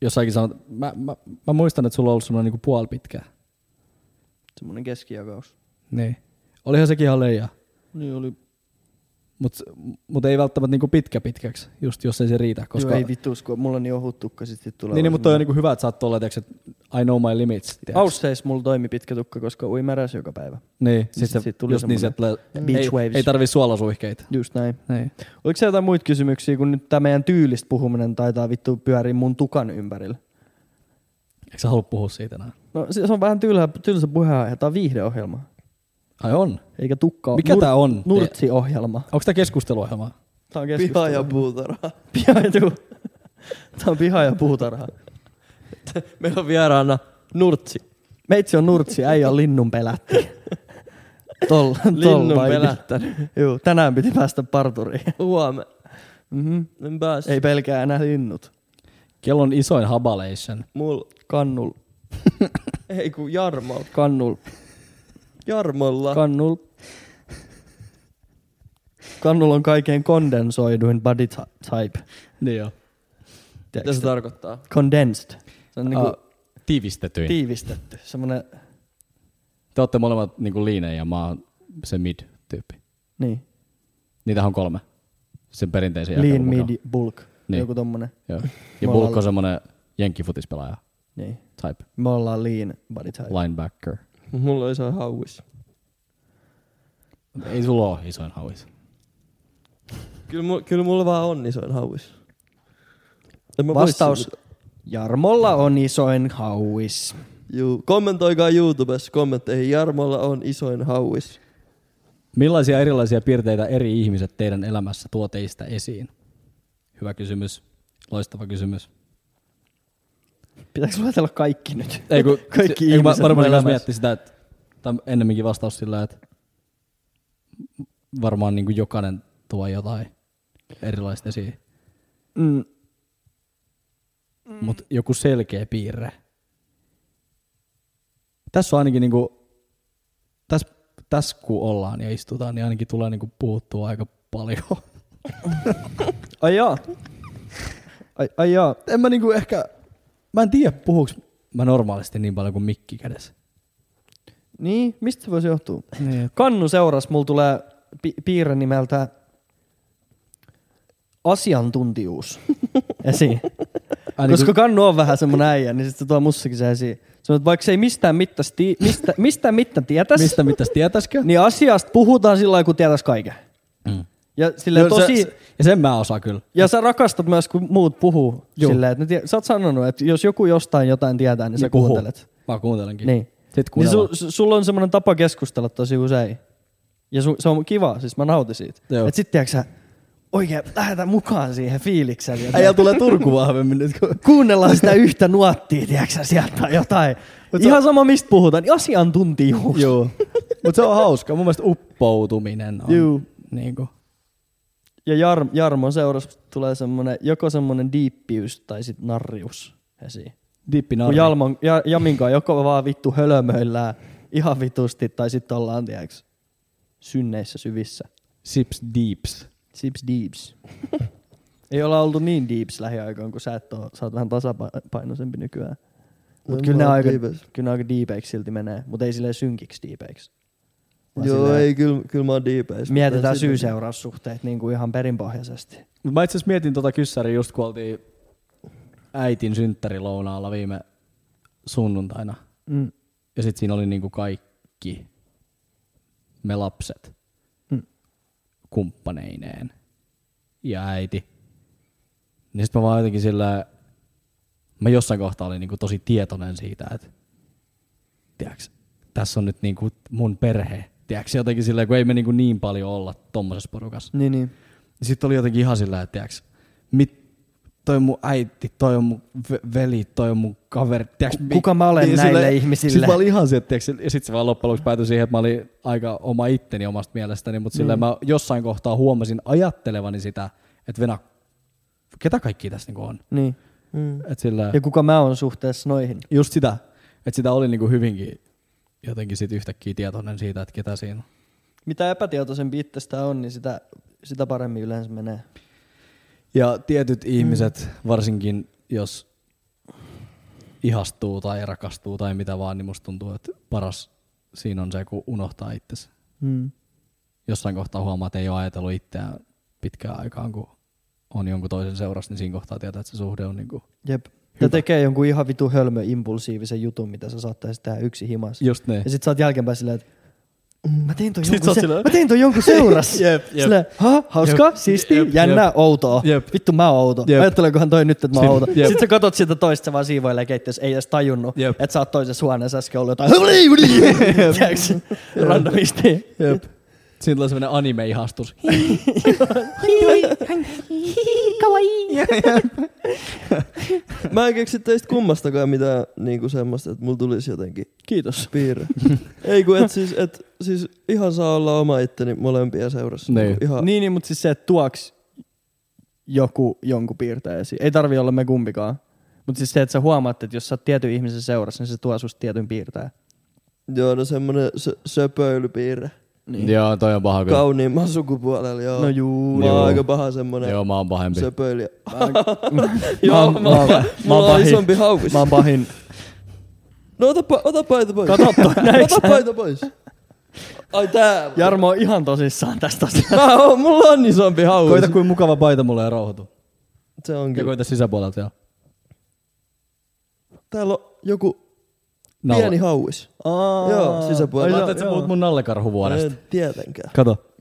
jossakin sanot, mä, mä, mä muistan, että sulla on ollut semmoinen niinku puoli pitkä. Semmoinen keskijakaus. Niin. Olihan sekin ihan leija, Niin oli. mutta mut ei välttämättä niinku pitkä pitkäksi, just jos ei se riitä. Koska, Koska... Joo, ei vittuus, kun mulla on niin ohut tukka sitten tulee. niin, niin, mutta toi on semmoinen- niinku hyvä, että sä oot tuolla, tiiäks, että I know my limits. tiiäks. Ausseis mulla toimi pitkä tukka, koska ui märäs joka päivä. Niin, siis sit se, siitä tuli just niin, se, tulee, Beach ei, waves. ei tarvii suolasuihkeita. Just näin. Niin. Oliko se jotain muita kysymyksiä, kun nyt tämä meidän tyylistä puhuminen taitaa vittu pyöriä mun tukan ympärillä? Eikö sä halua puhua siitä enää? No se se on vähän tylsä, tylsä puheenaihe, tämä on viihdeohjelma. Ai on. Eikä tukka ole. Mikä tää on? Nurtsi-ohjelma. Onko tää keskusteluohjelma? Tämä on Piha keskustelu. ja puutarha. Piha ja juu. Tämä on piha ja puutarha. <laughs> Meillä on vieraana Nurtsi. Meitsi on nurtsi, äijä on linnun pelätti. Tol, tol Linnun vai- pelättänyt. Juu, tänään piti päästä parturiin. Huomenna. Mm-hmm. En pääs. Ei pelkää enää linnut. Kellon isoin habalation. Mul. Kannul, Ei kun Jarmal. kannul, Jarmolla. kannul. Kannul on kaikkein kondensoiduin body ty- type. Niin joo. Mitä se tarkoittaa? Condensed. Se on niinku Ah. Tiivistetyin. tiivistetty. Semmoinen, Te olette molemmat niinku liinejä ja mä oon se mid-tyyppi. niin, Niitähän on kolme. Sen perinteisen lean, jakelun mukaan. mid, bulk. Niin. Niin. Joku tommonen. Joo. Me Ja Bulk ollaan- on semmoinen jenkkifutispelaaja Niin. type, Me ollaan lean body type. linebacker. Mulla on iso hauis. Ei sulla ole isoin hauis. Kyllä, mu- kyllä mulla vaan on isoin hauis. En mä voi Vastaus. sille- Jarmolla on isoin hauis. Juu. Kommentoikaa YouTubessa kommentteihin. Jarmolla on isoin hauis. Millaisia erilaisia piirteitä eri ihmiset teidän elämässä tuo teistä esiin? Hyvä kysymys. Loistava kysymys. Pitääkö luetella kaikki nyt? Ei kun, Kaikki ei, kun mä ihmiset varmaan mun myös elämässä. miettii sitä, että tämä on ennemminkin vastaus sillä, että varmaan niin kuin jokainen tuo jotain erilaista esiin. Mm, mutta joku selkeä piirre. Tässä on ainakin niinku, tässä, tässä kun ollaan ja istutaan, niin ainakin tulee niinku puhuttua aika paljon. <laughs> ai jaa. Ai, ai jaa. En mä niinku ehkä, mä en tiedä puhuks mä normaalisti niin paljon kuin mikki kädessä. Niin, mistä se voisi johtua? Niin. Kannu seuras, mulla tulee pi- piirre nimeltä <laughs> asiantuntijuus esiin. Aina Koska Koska... Kannu on vähän semmonen äijä, niin sitten se tuo mussakin se esiin. Sanoo, että vaikka se ei mistään mittasta, ti- mistä, mistä mitta tietäisi, mistä mitäs tietäisikö? niin asiasta puhutaan sillä lailla, kun tietäisi kaiken. Mm. Ja, silleen, Joo, se- tosi, se- ja sen mä osaan kyllä. ja sä rakastat myös, kun muut puhuu. Joo. Silleen, että ne tie- sä oot sanonut, että jos joku jostain jotain tietää, niin sä Niin puhuu. kuuntelet. Mä kuuntelenkin. Niin. Sitten Niin kuunnellaan. su, su, sulla on semmoinen tapa keskustella tosi usein. Ja su, se on kiva, siis mä nautin siitä. Joo. Et sit tiedätkö sä, oikein lähdetään mukaan siihen fiilikseen. Ja Äijä tulee Turku vahvemmin nyt. Kun... kuunnellaan sitä yhtä nuottia, tiedätkö sä, sieltä tai jotain. Mut se Ihan sama mistä puhutaan, niin asiantuntijuus. Joo. Mutta se on hauska. Mun mielestä uppoutuminen on. Juu. Niinku. Ja Jar, Jarmon seurassa tulee semmonen, joko semmonen diippiys tai sit narrius esiin. Dippi Kun narri. Jalmon, ja, Jaminkaan joko vaan vittu hölmöillään ihan vitusti tai sit ollaan, tiedätkö, synneissä syvissä. Sips deeps. Sips <laughs> deeps. Ei olla oltu niin deeps lähiaikoin, kun sä et oo, sä oot vähän tasapainoisempi nykyään. Mut En kyllä mä ne, oo aika, tiivis. kyllä ne aika deepeiksi silti menee, mut ei silleen synkiksi deepeiksi. Vaan Joo, silleen- ei, kyllä, kyllä mä oon diipeissä. Mietitään Silti- syy-seuraussuhteet niin kuin ihan perinpohjaisesti. Mut mä itse asiassa mietin tota kyssäriä just kun oltiin äitin synttärilounaalla viime sunnuntaina. Mm. Ja sit siinä oli niinku kaikki me lapset Mm. kumppaneineen ja äiti. Niin sit mä vaan jotenkin sillä, mä jossain kohtaa olin niinku tosi tietoinen siitä, että tiiäks, tässä on nyt niinku mun perhe. Tiiäks, jotenkin sillä, kun ei me niinku niin paljon olla tommosessa porukassa. Niin, niin. Sitten oli jotenkin ihan sillä, että tiiäks, mit, toi on mun äiti, toi on mun ve- veli, toi on mun kaveri. Tiiäks, mi- kuka mä olen näille silleen- ihmisille? Sit mä olin ihan se, että tiiäks, ja sit se vaan loppujen lopuksi päätyi siihen, että mä olin aika oma itteni omasta mielestäni, mutta sillä Niin. mä jossain kohtaa huomasin ajattelevani sitä, että Venä, ketä kaikki tässä niinku on? niin. Mm. Et sillä, Ja kuka mä oon suhteessa noihin. just sitä, että sitä oli niinku hyvinkin jotenkin sit yhtäkkiä tietoinen siitä, että ketä siinä on. Mitä epätietoisempi itsestä on, niin sitä, sitä paremmin yleensä menee. Ja tietyt ihmiset, varsinkin jos ihastuu tai rakastuu tai mitä vaan, niin musta tuntuu, että paras siinä on se, kun unohtaa itsensä. Mm. Jossain kohtaa huomaa, että ei ole ajatellut itseään pitkään aikaan, kun on jonkun toisen seurassa, niin siinä kohtaa tietää, että se suhde on niin kuin Jep. Ja tekee jonkun ihan vitu hölmö impulsiivisen jutun, mitä sä saattaisit tehdä yksi himas. Just niin. ne. Ja sit sä oot jälkeenpäin silleen, että "Mm, mä tein ton Sit sä jonkun, oot se- silleen- mä tein ton jonkun <laughs> seurassa. Jep, jep. Silleen, ha, hauskaa, siistiä, jep, jännää, outoa. Jep. Vittu mä oon outo. Jep. Ajatteleekohan toi nyt, että mä oon outo. Jep. Sit sä katot sitä toista, se vaan siivoilee keittiössä, ei edes tajunnut, Jep. että sä oot toisessa huoneessa äsken ollut <laughs> jotain. <laughs> Tiedätkö? <laughs> Randomisti. Jep. Siinä tulee sellainen anime-ihastus. <laughs> Mä en keksi teistä kummastakaan mitään niinku semmoista, että mulla tulisi jotenkin Kiitos. <laughs> piirre. Ei kun, et siis, et, siis ihan saa olla oma itteni molempia seurassa. Niin. Niinku Ihan, Niin, niin, mutta siis se, että tuoks joku jonkun piirteen esiin. Ei tarvi olla me kumpikaan. Mutta siis se, että sä huomaat, että jos sä oot tietyn ihmisen seurassa, niin se tuo susta tietyn piirteen. Joo, no semmonen sö- söpöilypiirre. Niin. Joo, toi on paha kyllä. Kauniimman sukupuolella, joo. No juu. Mä oon Joo. aika paha semmonen Joo, mä oon pahempi. söpöilijä. Joo, Joo, mä, mä mä, mä, mä, mä Mulla oon on pahin. isompi haukus. Mä oon pahin. No ota, pa- ota paita pois. Kato toi, näiks ota sä? paita pois. Ai tää. Jarmo on ihan tosissaan tästä asiasta. Mä oon, mulla on isompi haukus. Koita kuin mukava paita mulle ja rauhoitu. Se Ja onkin. koita sisäpuolelta ja Täällä on joku naula. pieni hauis. Aa, Joo, sisäpuolella. Ai, Joo, Ai, sä puhut mun nallekarhuvuodesta. En tietenkään. Kato.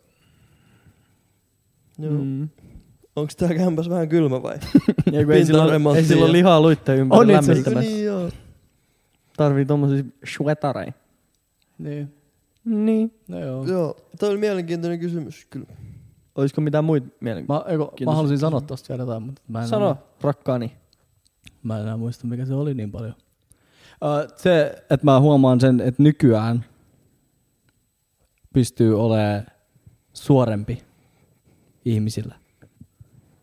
Joo. Mm. Onks tää kämpäs vähän kylmä vai? Ja kun ei silloin, ei Pintaremonttia. silloin lihaa luitte On ympäri itse asiassa, Eikö lämmittämässä. niin joo? Tarvii tommosia shwetareja. Niin. Niin. No joo. Joo. Toi oli mielenkiintoinen kysymys kyllä. Olisiko mitään muita mielenkiintoisia? Mä, eiku, mä Kiitos. halusin sanoa tosta vielä jotain, mutta mä en, Sano, Enää, rakkaani. mä en enää muista, mikä se oli niin paljon. Uh, se, että mä huomaan sen, että nykyään pystyy olemaan suorempi ihmisillä.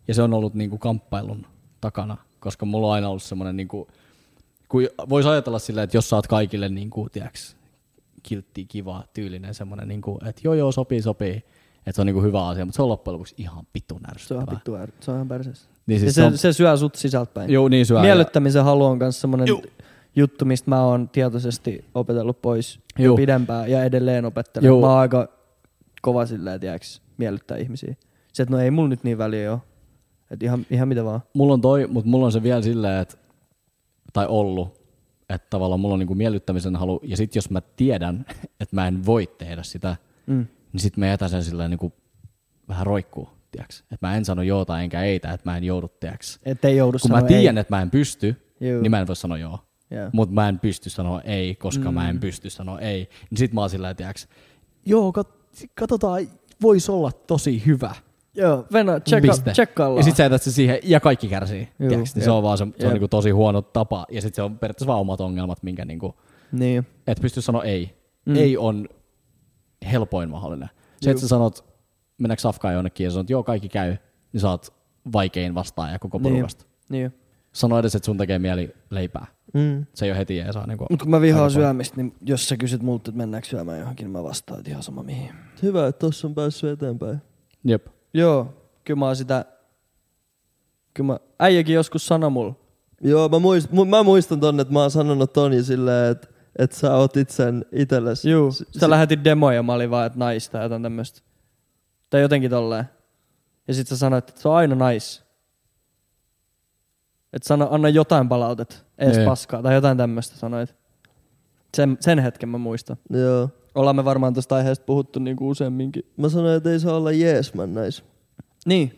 Ja se on ollut niinku kamppailun takana, koska mulla on aina ollut semmoinen, niinku, kun voisi ajatella sillä, että jos saat kaikille niinku, tiiäks, kiltti, kiva, tyylinen semmoinen, niinku, että joo joo, sopii, sopii, että se on niinku hyvä asia, mutta se on loppujen lopuksi ihan pitun Se on ärsyttävää. ihan vittu är- Se on ihan perseessä. Niin Ja siis se, se, on, se syö sut sisältäpäin. Joo, niin syö. Miellyttämisen halu on myös semmoinen juttu, mistä mä oon tietoisesti opetellut pois jo Juu. pidempään ja edelleen opettelen. Juu. Mä oon aika kova silleen, tiiäks, miellyttää ihmisiä. Se, että no ei mulla nyt niin väliä ole. Että ihan, ihan mitä vaan. mulla on toi, mutta mulla on se vielä silleen, että, tai ollut, että tavallaan mulla on niinku miellyttämisen halu, ja sitten jos mä tiedän, <laughs> että mä en voi tehdä sitä, Mm. niin sitten mä jätän sen silleen niinku vähän roikkuu, tiiäks. Että mä en sano joo tai enkä ei, tai että mä en joudu, tiiäks. Että ei joudu Kun mä sanoa tiedän, että mä en pysty, Juu. Juu. niin mä en voi sanoa joo. ei. Joo. Mutta mä en pysty sanoa ei, koska mm. mä en pysty sanoa ei. Niin sit mä oon silleen, tiiäks, joo, kat- katsotaan, voisi olla tosi hyvä. Joo, Venä, tsekka, Piste. Ja tsekkaillaan. sit sä jätät se siihen, ja kaikki kärsii. Juu, Juu, niin se jep, on vaan se, se jep. on niinku tosi huono tapa. Ja sit se on periaatteessa vaan omat ongelmat, minkä niinku, Niin. et pysty sanoa ei. Mm. Mm. Ei on helpoin mahdollinen. Se, Juu. että sä sanot, mennäänkö safkaan jonnekin, ja sä sanot, joo, kaikki käy, niin sä oot vaikein vastaaja koko Niin. porukasta. Niin. niin. Sano edes, että sun tekee mieli leipää. Mm. Se ei ole heti ja saa niinku... Mut kun mä vihaan aika paljon. syömistä, niin jos sä kysyt multa, että mennäänkö syömään johonkin, niin mä vastaan, että ihan sama mihin. Hyvä, että tossa on päässyt eteenpäin. Jep. Joo, kyllä mä oon sitä... Kyllä mä... Äijäkin joskus sanoi mulla. Joo, mä, muist, mu- mä muistan ton, että mä oon sanonut ton jo silleen, että et sä otit sen itelles. Juu, S- sitä se... lähetin demoja ja mä olin vaan, että naista tai jotain tämmöstä. Tai jotenkin tolleen. Ja sit sä sanoit, että se on aina nais. Että sano, anna jotain palautetta, ees Ei. paskaa, tai jotain tämmöstä sanoit. Sen, sen hetken mä muistan. Joo. Ollaan me varmaan tästä aiheesta puhuttu niinku useamminkin. Mä sanoin, että ei saa olla jees man näis. Niin,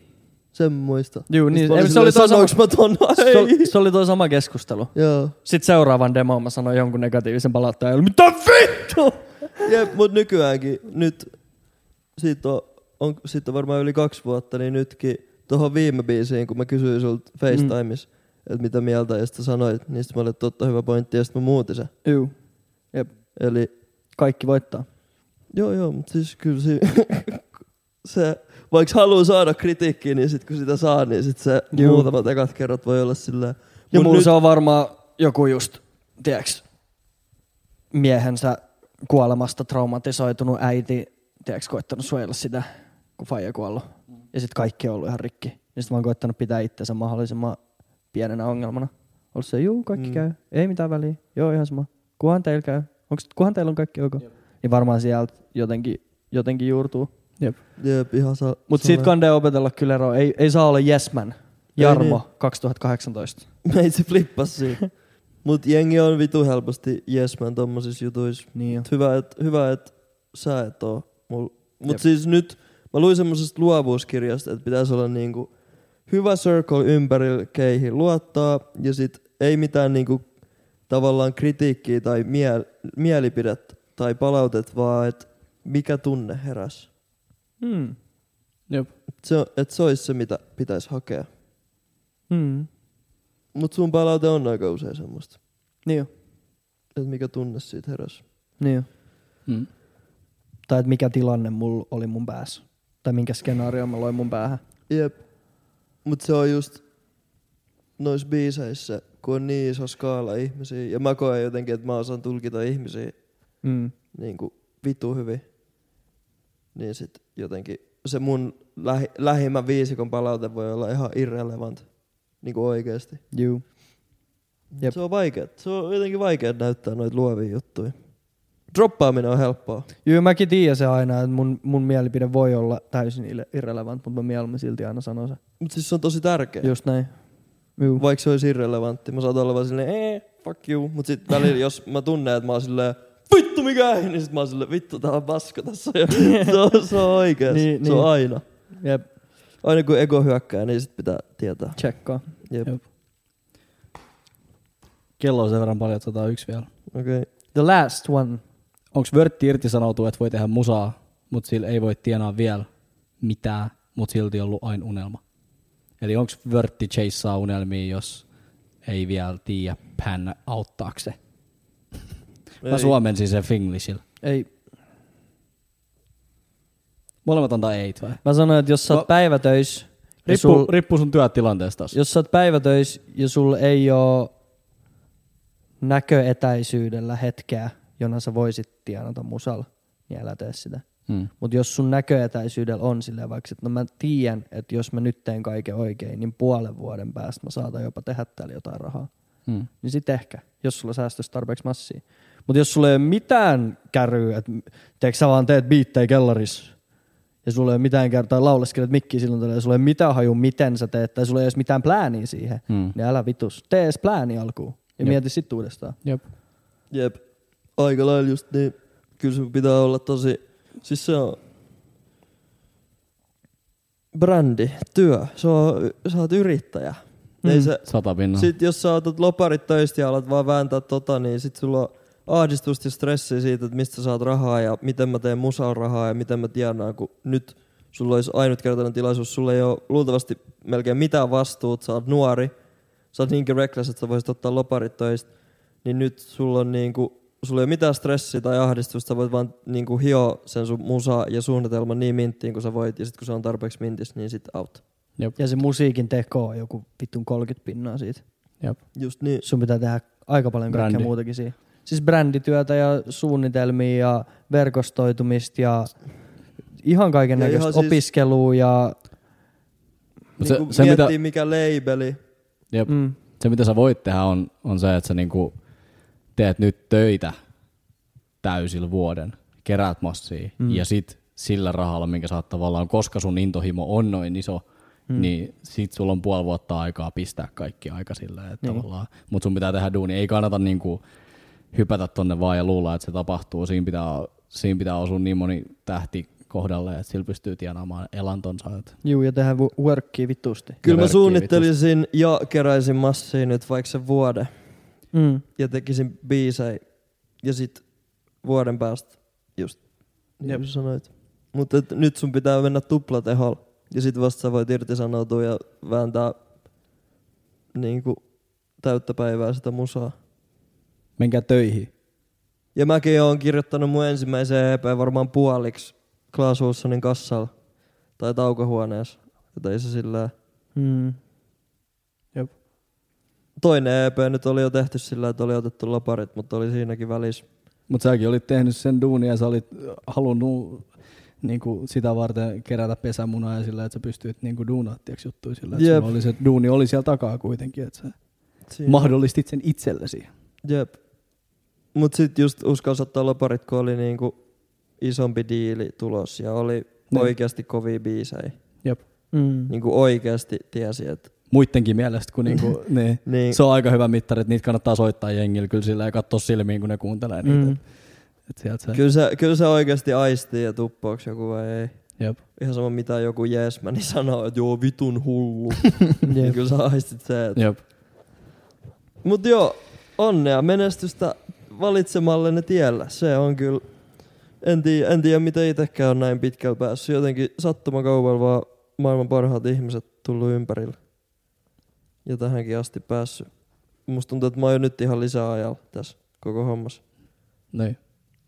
Sen mä muistan. juu, Sit niin. mä Ei, se, oli toi sama, sanoinko mä ton <laughs> se, oli, ei. se oli toi sama keskustelu. Joo. Sitten seuraavan demoon mä sanoin jonkun negatiivisen palautteen. Mitä vittu? Jep, mut nykyäänkin nyt, siitä on, on, siitä on varmaan yli kaksi vuotta, niin nytkin tuohon viime biisiin, kun mä kysyin sulta FaceTimeissa, mm. että mitä mieltä, ja sit sä sanoit, niin sit mä olin, että totta hyvä pointti, ja sit mä muutin sen. Juu, Eli kaikki voittaa. Joo, joo, mutta siis kyllä si- <laughs> se, vaikka haluaa saada kritiikkiä, niin sit kun sitä saa, niin sit se Juu. Juu. muutamat ekat kerrat voi olla sillä. Ja mulla nyt, se on varmaan joku just, tiedäks, miehensä kuolemasta traumatisoitunut äiti, tiedäks, koittanut suojella sitä, kun faija kuollut. Ja sitten kaikki on ollut ihan rikki. Ja sitten mä oon koittanut pitää itsensä mahdollisimman pienenä ongelmana. Ollut se, juu, kaikki Mm. mm. käy. Ei mitään väliä. Joo, ihan sama. Kuhan teillä käy. Onks, kuhan teillä on kaikki ok? Jep. Niin varmaan sieltä jotenkin, jotenkin juurtuu. Jep, ihan sa- Mut sama. siitä kandee opetella kyllä eroa. Ei, ei saa olla Jesman. Jarmo, niin. niin. 2018. <laughs> Meitsi flippas siinä. Mut jengi on vitu helposti jesmän tommosissa jutuissa. Niin Et Hyvä, et, hyvä, et sä et oo. Mul. Mut Jep. siis nyt mä luin semmosesta luovuuskirjasta, että pitäisi olla niinku hyvä circle ympärillä, keihin luottaa. Ja sit ei mitään niinku tavallaan kritiikkiä tai miel, mielipidet tai palautet, vaan et mikä tunne heräs. Mm. Jep. Et se, on- et se olisi se, mitä pitäisi hakea. Mm. Mut sun palaute on aika usein semmoista, Niin jo. että mikä tunne siitä heräs. Niin jo. Mm. Tai että mikä tilanne mulla oli mun päässä. Tai minkä skenaario mä loin mun päähän. Jep. Mut se on just noissa biiseissä, kun on niin iso skaala ihmisiä. Ja mä koen jotenkin, että mä osaan tulkita ihmisiä Mm. niin kuin vitu hyvin. Niin sit jotenkin se mun lähi, lähimmän viisikon palaute voi olla ihan irrelevant. Niin kuin oikeesti. Juu. Jep. Se on vaikea. Se on jotenkin vaikea näyttää noita luovia juttuja. Droppaaminen on helppoa. Joo, mäkin tiedän se aina, että mun, mun mielipide voi olla täysin irre- irrelevant, mutta mä mieluummin silti aina sanon se. Mut siis se on tosi tärkeä. Just näin. Juu. vaikka se olisi irrelevantti. Mä saatan olla vaan silleen, ee, fuck you. Mut sit välillä, jos mä tunnen, että mä oon silleen, vittu mikä ei, niin sit mä oon silleen, vittu tää on paska tässä. <laughs> Ja se on, se on oikeas. Niin, se on niin. aina. Jep, Aina kun ego hyökkää, niin sit pitää tietää. tsekkaa. Jep. Jep. Kello on sen verran paljon, että 101 vielä. Okei. Okay. The last one. Onks vörtti irtisanoutuu, että voi tehdä musaa, mutta sillä ei voi tienaa vielä mitään, mutta silti ollut aina unelma? Eli onks vörtti chaseaa unelmia, jos ei vielä tiedä hän auttaako se? Mä suomensin sen Finglishillä. Ei. Molemmat antaa ei vai? Mä sanoin, että jos sä oot No, päivätöis, ja Riippuu, sul, sul... riippuu sun työtilanteesta taas. jos sä oot päivätöis ja sulla ei oo näköetäisyydellä hetkeä, jona sä voisit tienata musalla, niin älä tee sitä. Hmm. Mutta jos sun näköetäisyydellä on silleen vaikka, että no mä tiedän, että jos mä nyt teen kaiken oikein, niin puolen vuoden päästä mä saatan jopa tehdä täällä jotain rahaa. Hmm. Niin sit ehkä, jos sulla säästöisi tarpeeksi massia. Mutta jos sulla ei ole mitään käryä, että teekö sä vaan teet biittejä kellarissa, ja sulla ei ole mitään kertaa lauleskelet mikkiä silloin tällä, ja sulla ei ole mitään haju, miten sä teet, tai sulla ei ole mitään plääniä siihen, Hmm. niin älä vitus. Tee edes plääni alkuun, ja Jep. mieti sit uudestaan. Jep. Jep. Aika lailla just niin. Kyllä sun pitää olla tosi, siis se on brändi, työ. Se on, sä oot yrittäjä. Mm. Ei se, Sata pinnaa. Sit... Sitten jos sä otat loparit töistä ja alat vaan vääntää tota, niin sit sulla on ahdistusta ja stressiä siitä, että mistä sä saat rahaa ja miten mä teen musan rahaa ja miten mä tienaan, kun nyt sulla olisi ainutkertainen tilaisuus, sulla ei ole luultavasti melkein mitään vastuuta, sä oot nuori, sä oot niinkin reckless, että sä voisit ottaa loparit töistä, niin nyt sulla on niinku, sulla ei ole mitään stressiä tai ahdistusta, sä voit vaan niinku hioa sen sun musa ja suunnitelma niin minttiin kuin sä voit, ja sit kun se on tarpeeksi mintis, niin sit out. Jep. Ja se musiikin teko on joku vitun 30 pinnaa siitä. Jep. Just niin. sun pitää tehdä aika paljon kaikkea Brändi. muutakin siinä. Siis brändityötä ja suunnitelmia ja verkostoitumista ja ihan kaiken Ja näköistä ihan siis- opiskelua ja... Mut Se, se, niin se, mitä, miettii, mikä labeli, jep. Mm, se, mitä sä voit tehdä on, on se, että sä niinku teet nyt töitä täysillä vuoden, keräät massia mm. ja sit sillä rahalla, minkä sä oot tavallaan, koska sun intohimo on noin iso, mm. niin sit sulla on puoli vuotta aikaa pistää kaikki aika silleen, että niin. tavallaan, mut sun pitää tehdä duuni. Ei kannata niinku hypätä tonne vaan ja luulla, että se tapahtuu. Siinä pitää, siinä pitää osua niin moni tähti kohdalle, että sillä pystyy tienaamaan elantonsa. Että juu, ja tehdä wo- workia vittuusti. Kyllä mä värkkiä suunnittelisin ja keräisin massia nyt vaikka se vuoden Mm. ja tekisin biisejä ja sit vuoden päästä just niin Jep. kuin sä sanoit. Mutta nyt sun pitää mennä tuplateholla ja sit vasta sä voit irtisanoutua ja vääntää niinku täyttä päivää sitä musaa. Menkää töihin. Ja mäkin oon kirjoittanut mun ensimmäisen EP varmaan puoliksi Klaas Hulssonin kassalla tai taukohuoneessa. Et ei se sillä Mm. Toinen EP E nyt oli jo tehty sillä, että oli otettu laparit, mutta oli siinäkin välissä. Mutta säkin olit tehnyt sen duunia ja sä olit äh, halunnut niinku, sitä varten kerätä pesämunaa ja sillä, että sä pystyit niinku, duunaa tiiäks, juttuja sillä. Että Jep. sulla oli se duuni oli siellä takaa kuitenkin. Että sä Siinä. mahdollistit sen itsellesi. Jep. Mut sit just uskalsi ottaa loparit, kun oli niinku isompi diili tulos ja oli Niin. oikeasti kovia biisejä. Mm. Niinku oikeasti tiesi, että Muittenkin mielestä, kun niinku, <laughs> ne, niin, se on aika hyvä mittari, että niitä kannattaa soittaa jengillä kyllä sillä ja katsoa silmiin, kun ne kuuntelee niitä. Mm. Mm. Et sieltä se, kyllä, se, kyllä se oikeasti aistii, että uppooks joku vai ei. jep. Ihan sama mitä joku jeesmäni sanoo, että joo vitun <laughs> hullu. niin Jep. kyllä sä aistit se, että Jep. Mut joo, onnea menestystä valitsemallenne tiellä. Se on kyllä, en tiedä, en tiedä miten itsekään on näin pitkällä päässyt. Jotenkin sattumakaupalla vaan maailman parhaat ihmiset tullut ympärille. Ja tähänkin asti päässyt. Musta tuntuu, että mä oon jo nyt ihan lisää ajalla tässä koko hommassa. Niin.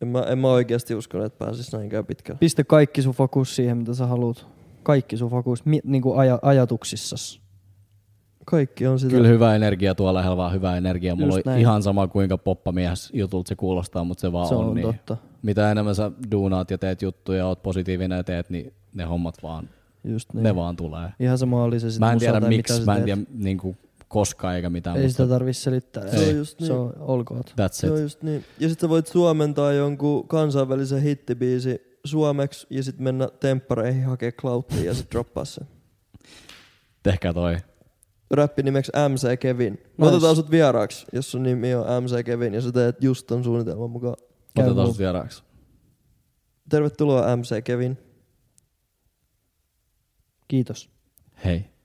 En mä, en mä oikeasti uskonut, että pääsis näinkään pitkälle. Pistä kaikki sun fokus siihen, mitä sä haluat. Kaikki sun fokus mi- niinku aja- ajatuksissas. Kaikki on sitä. Kyllä hyvä energia tuo lähellä, vaan hyvä energia. Mulla Just on näin. ihan sama kuinka poppamiehas jutulta se kuulostaa, mutta se vaan Se on, on niin. totta. Mitä enemmän sä duunaat ja teet juttuja, oot positiivinen ja teet, niin ne hommat vaan, Just niin. niin. ne vaan tulee. Ihan sama oli se sit Mä en musa tiedä tai mitä miksi, sä mä en teet. tiedä niin kuin koskaan eikä mitään, Ei mutta sitä tarvi selittää. Se Ei. on just niin. Se on, olkoot. that's Se on it. just niin. Ja sit sä voit suomentaa jonkun kansainvälisen hittibiisi suomeksi ja sit mennä temppareihin hakee klauttia ja sit droppaa sen. Tehkää toi. Räppi nimeksi MC Kevin. Me Nice. otetaan sut vieraaksi, jos sun nimi on MC Kevin ja sä teet just ton suunnitelman mukaan. Käy Otetaan muu. sut vieraaksi. Tervetuloa MC Kevin. Kiitos. Hei.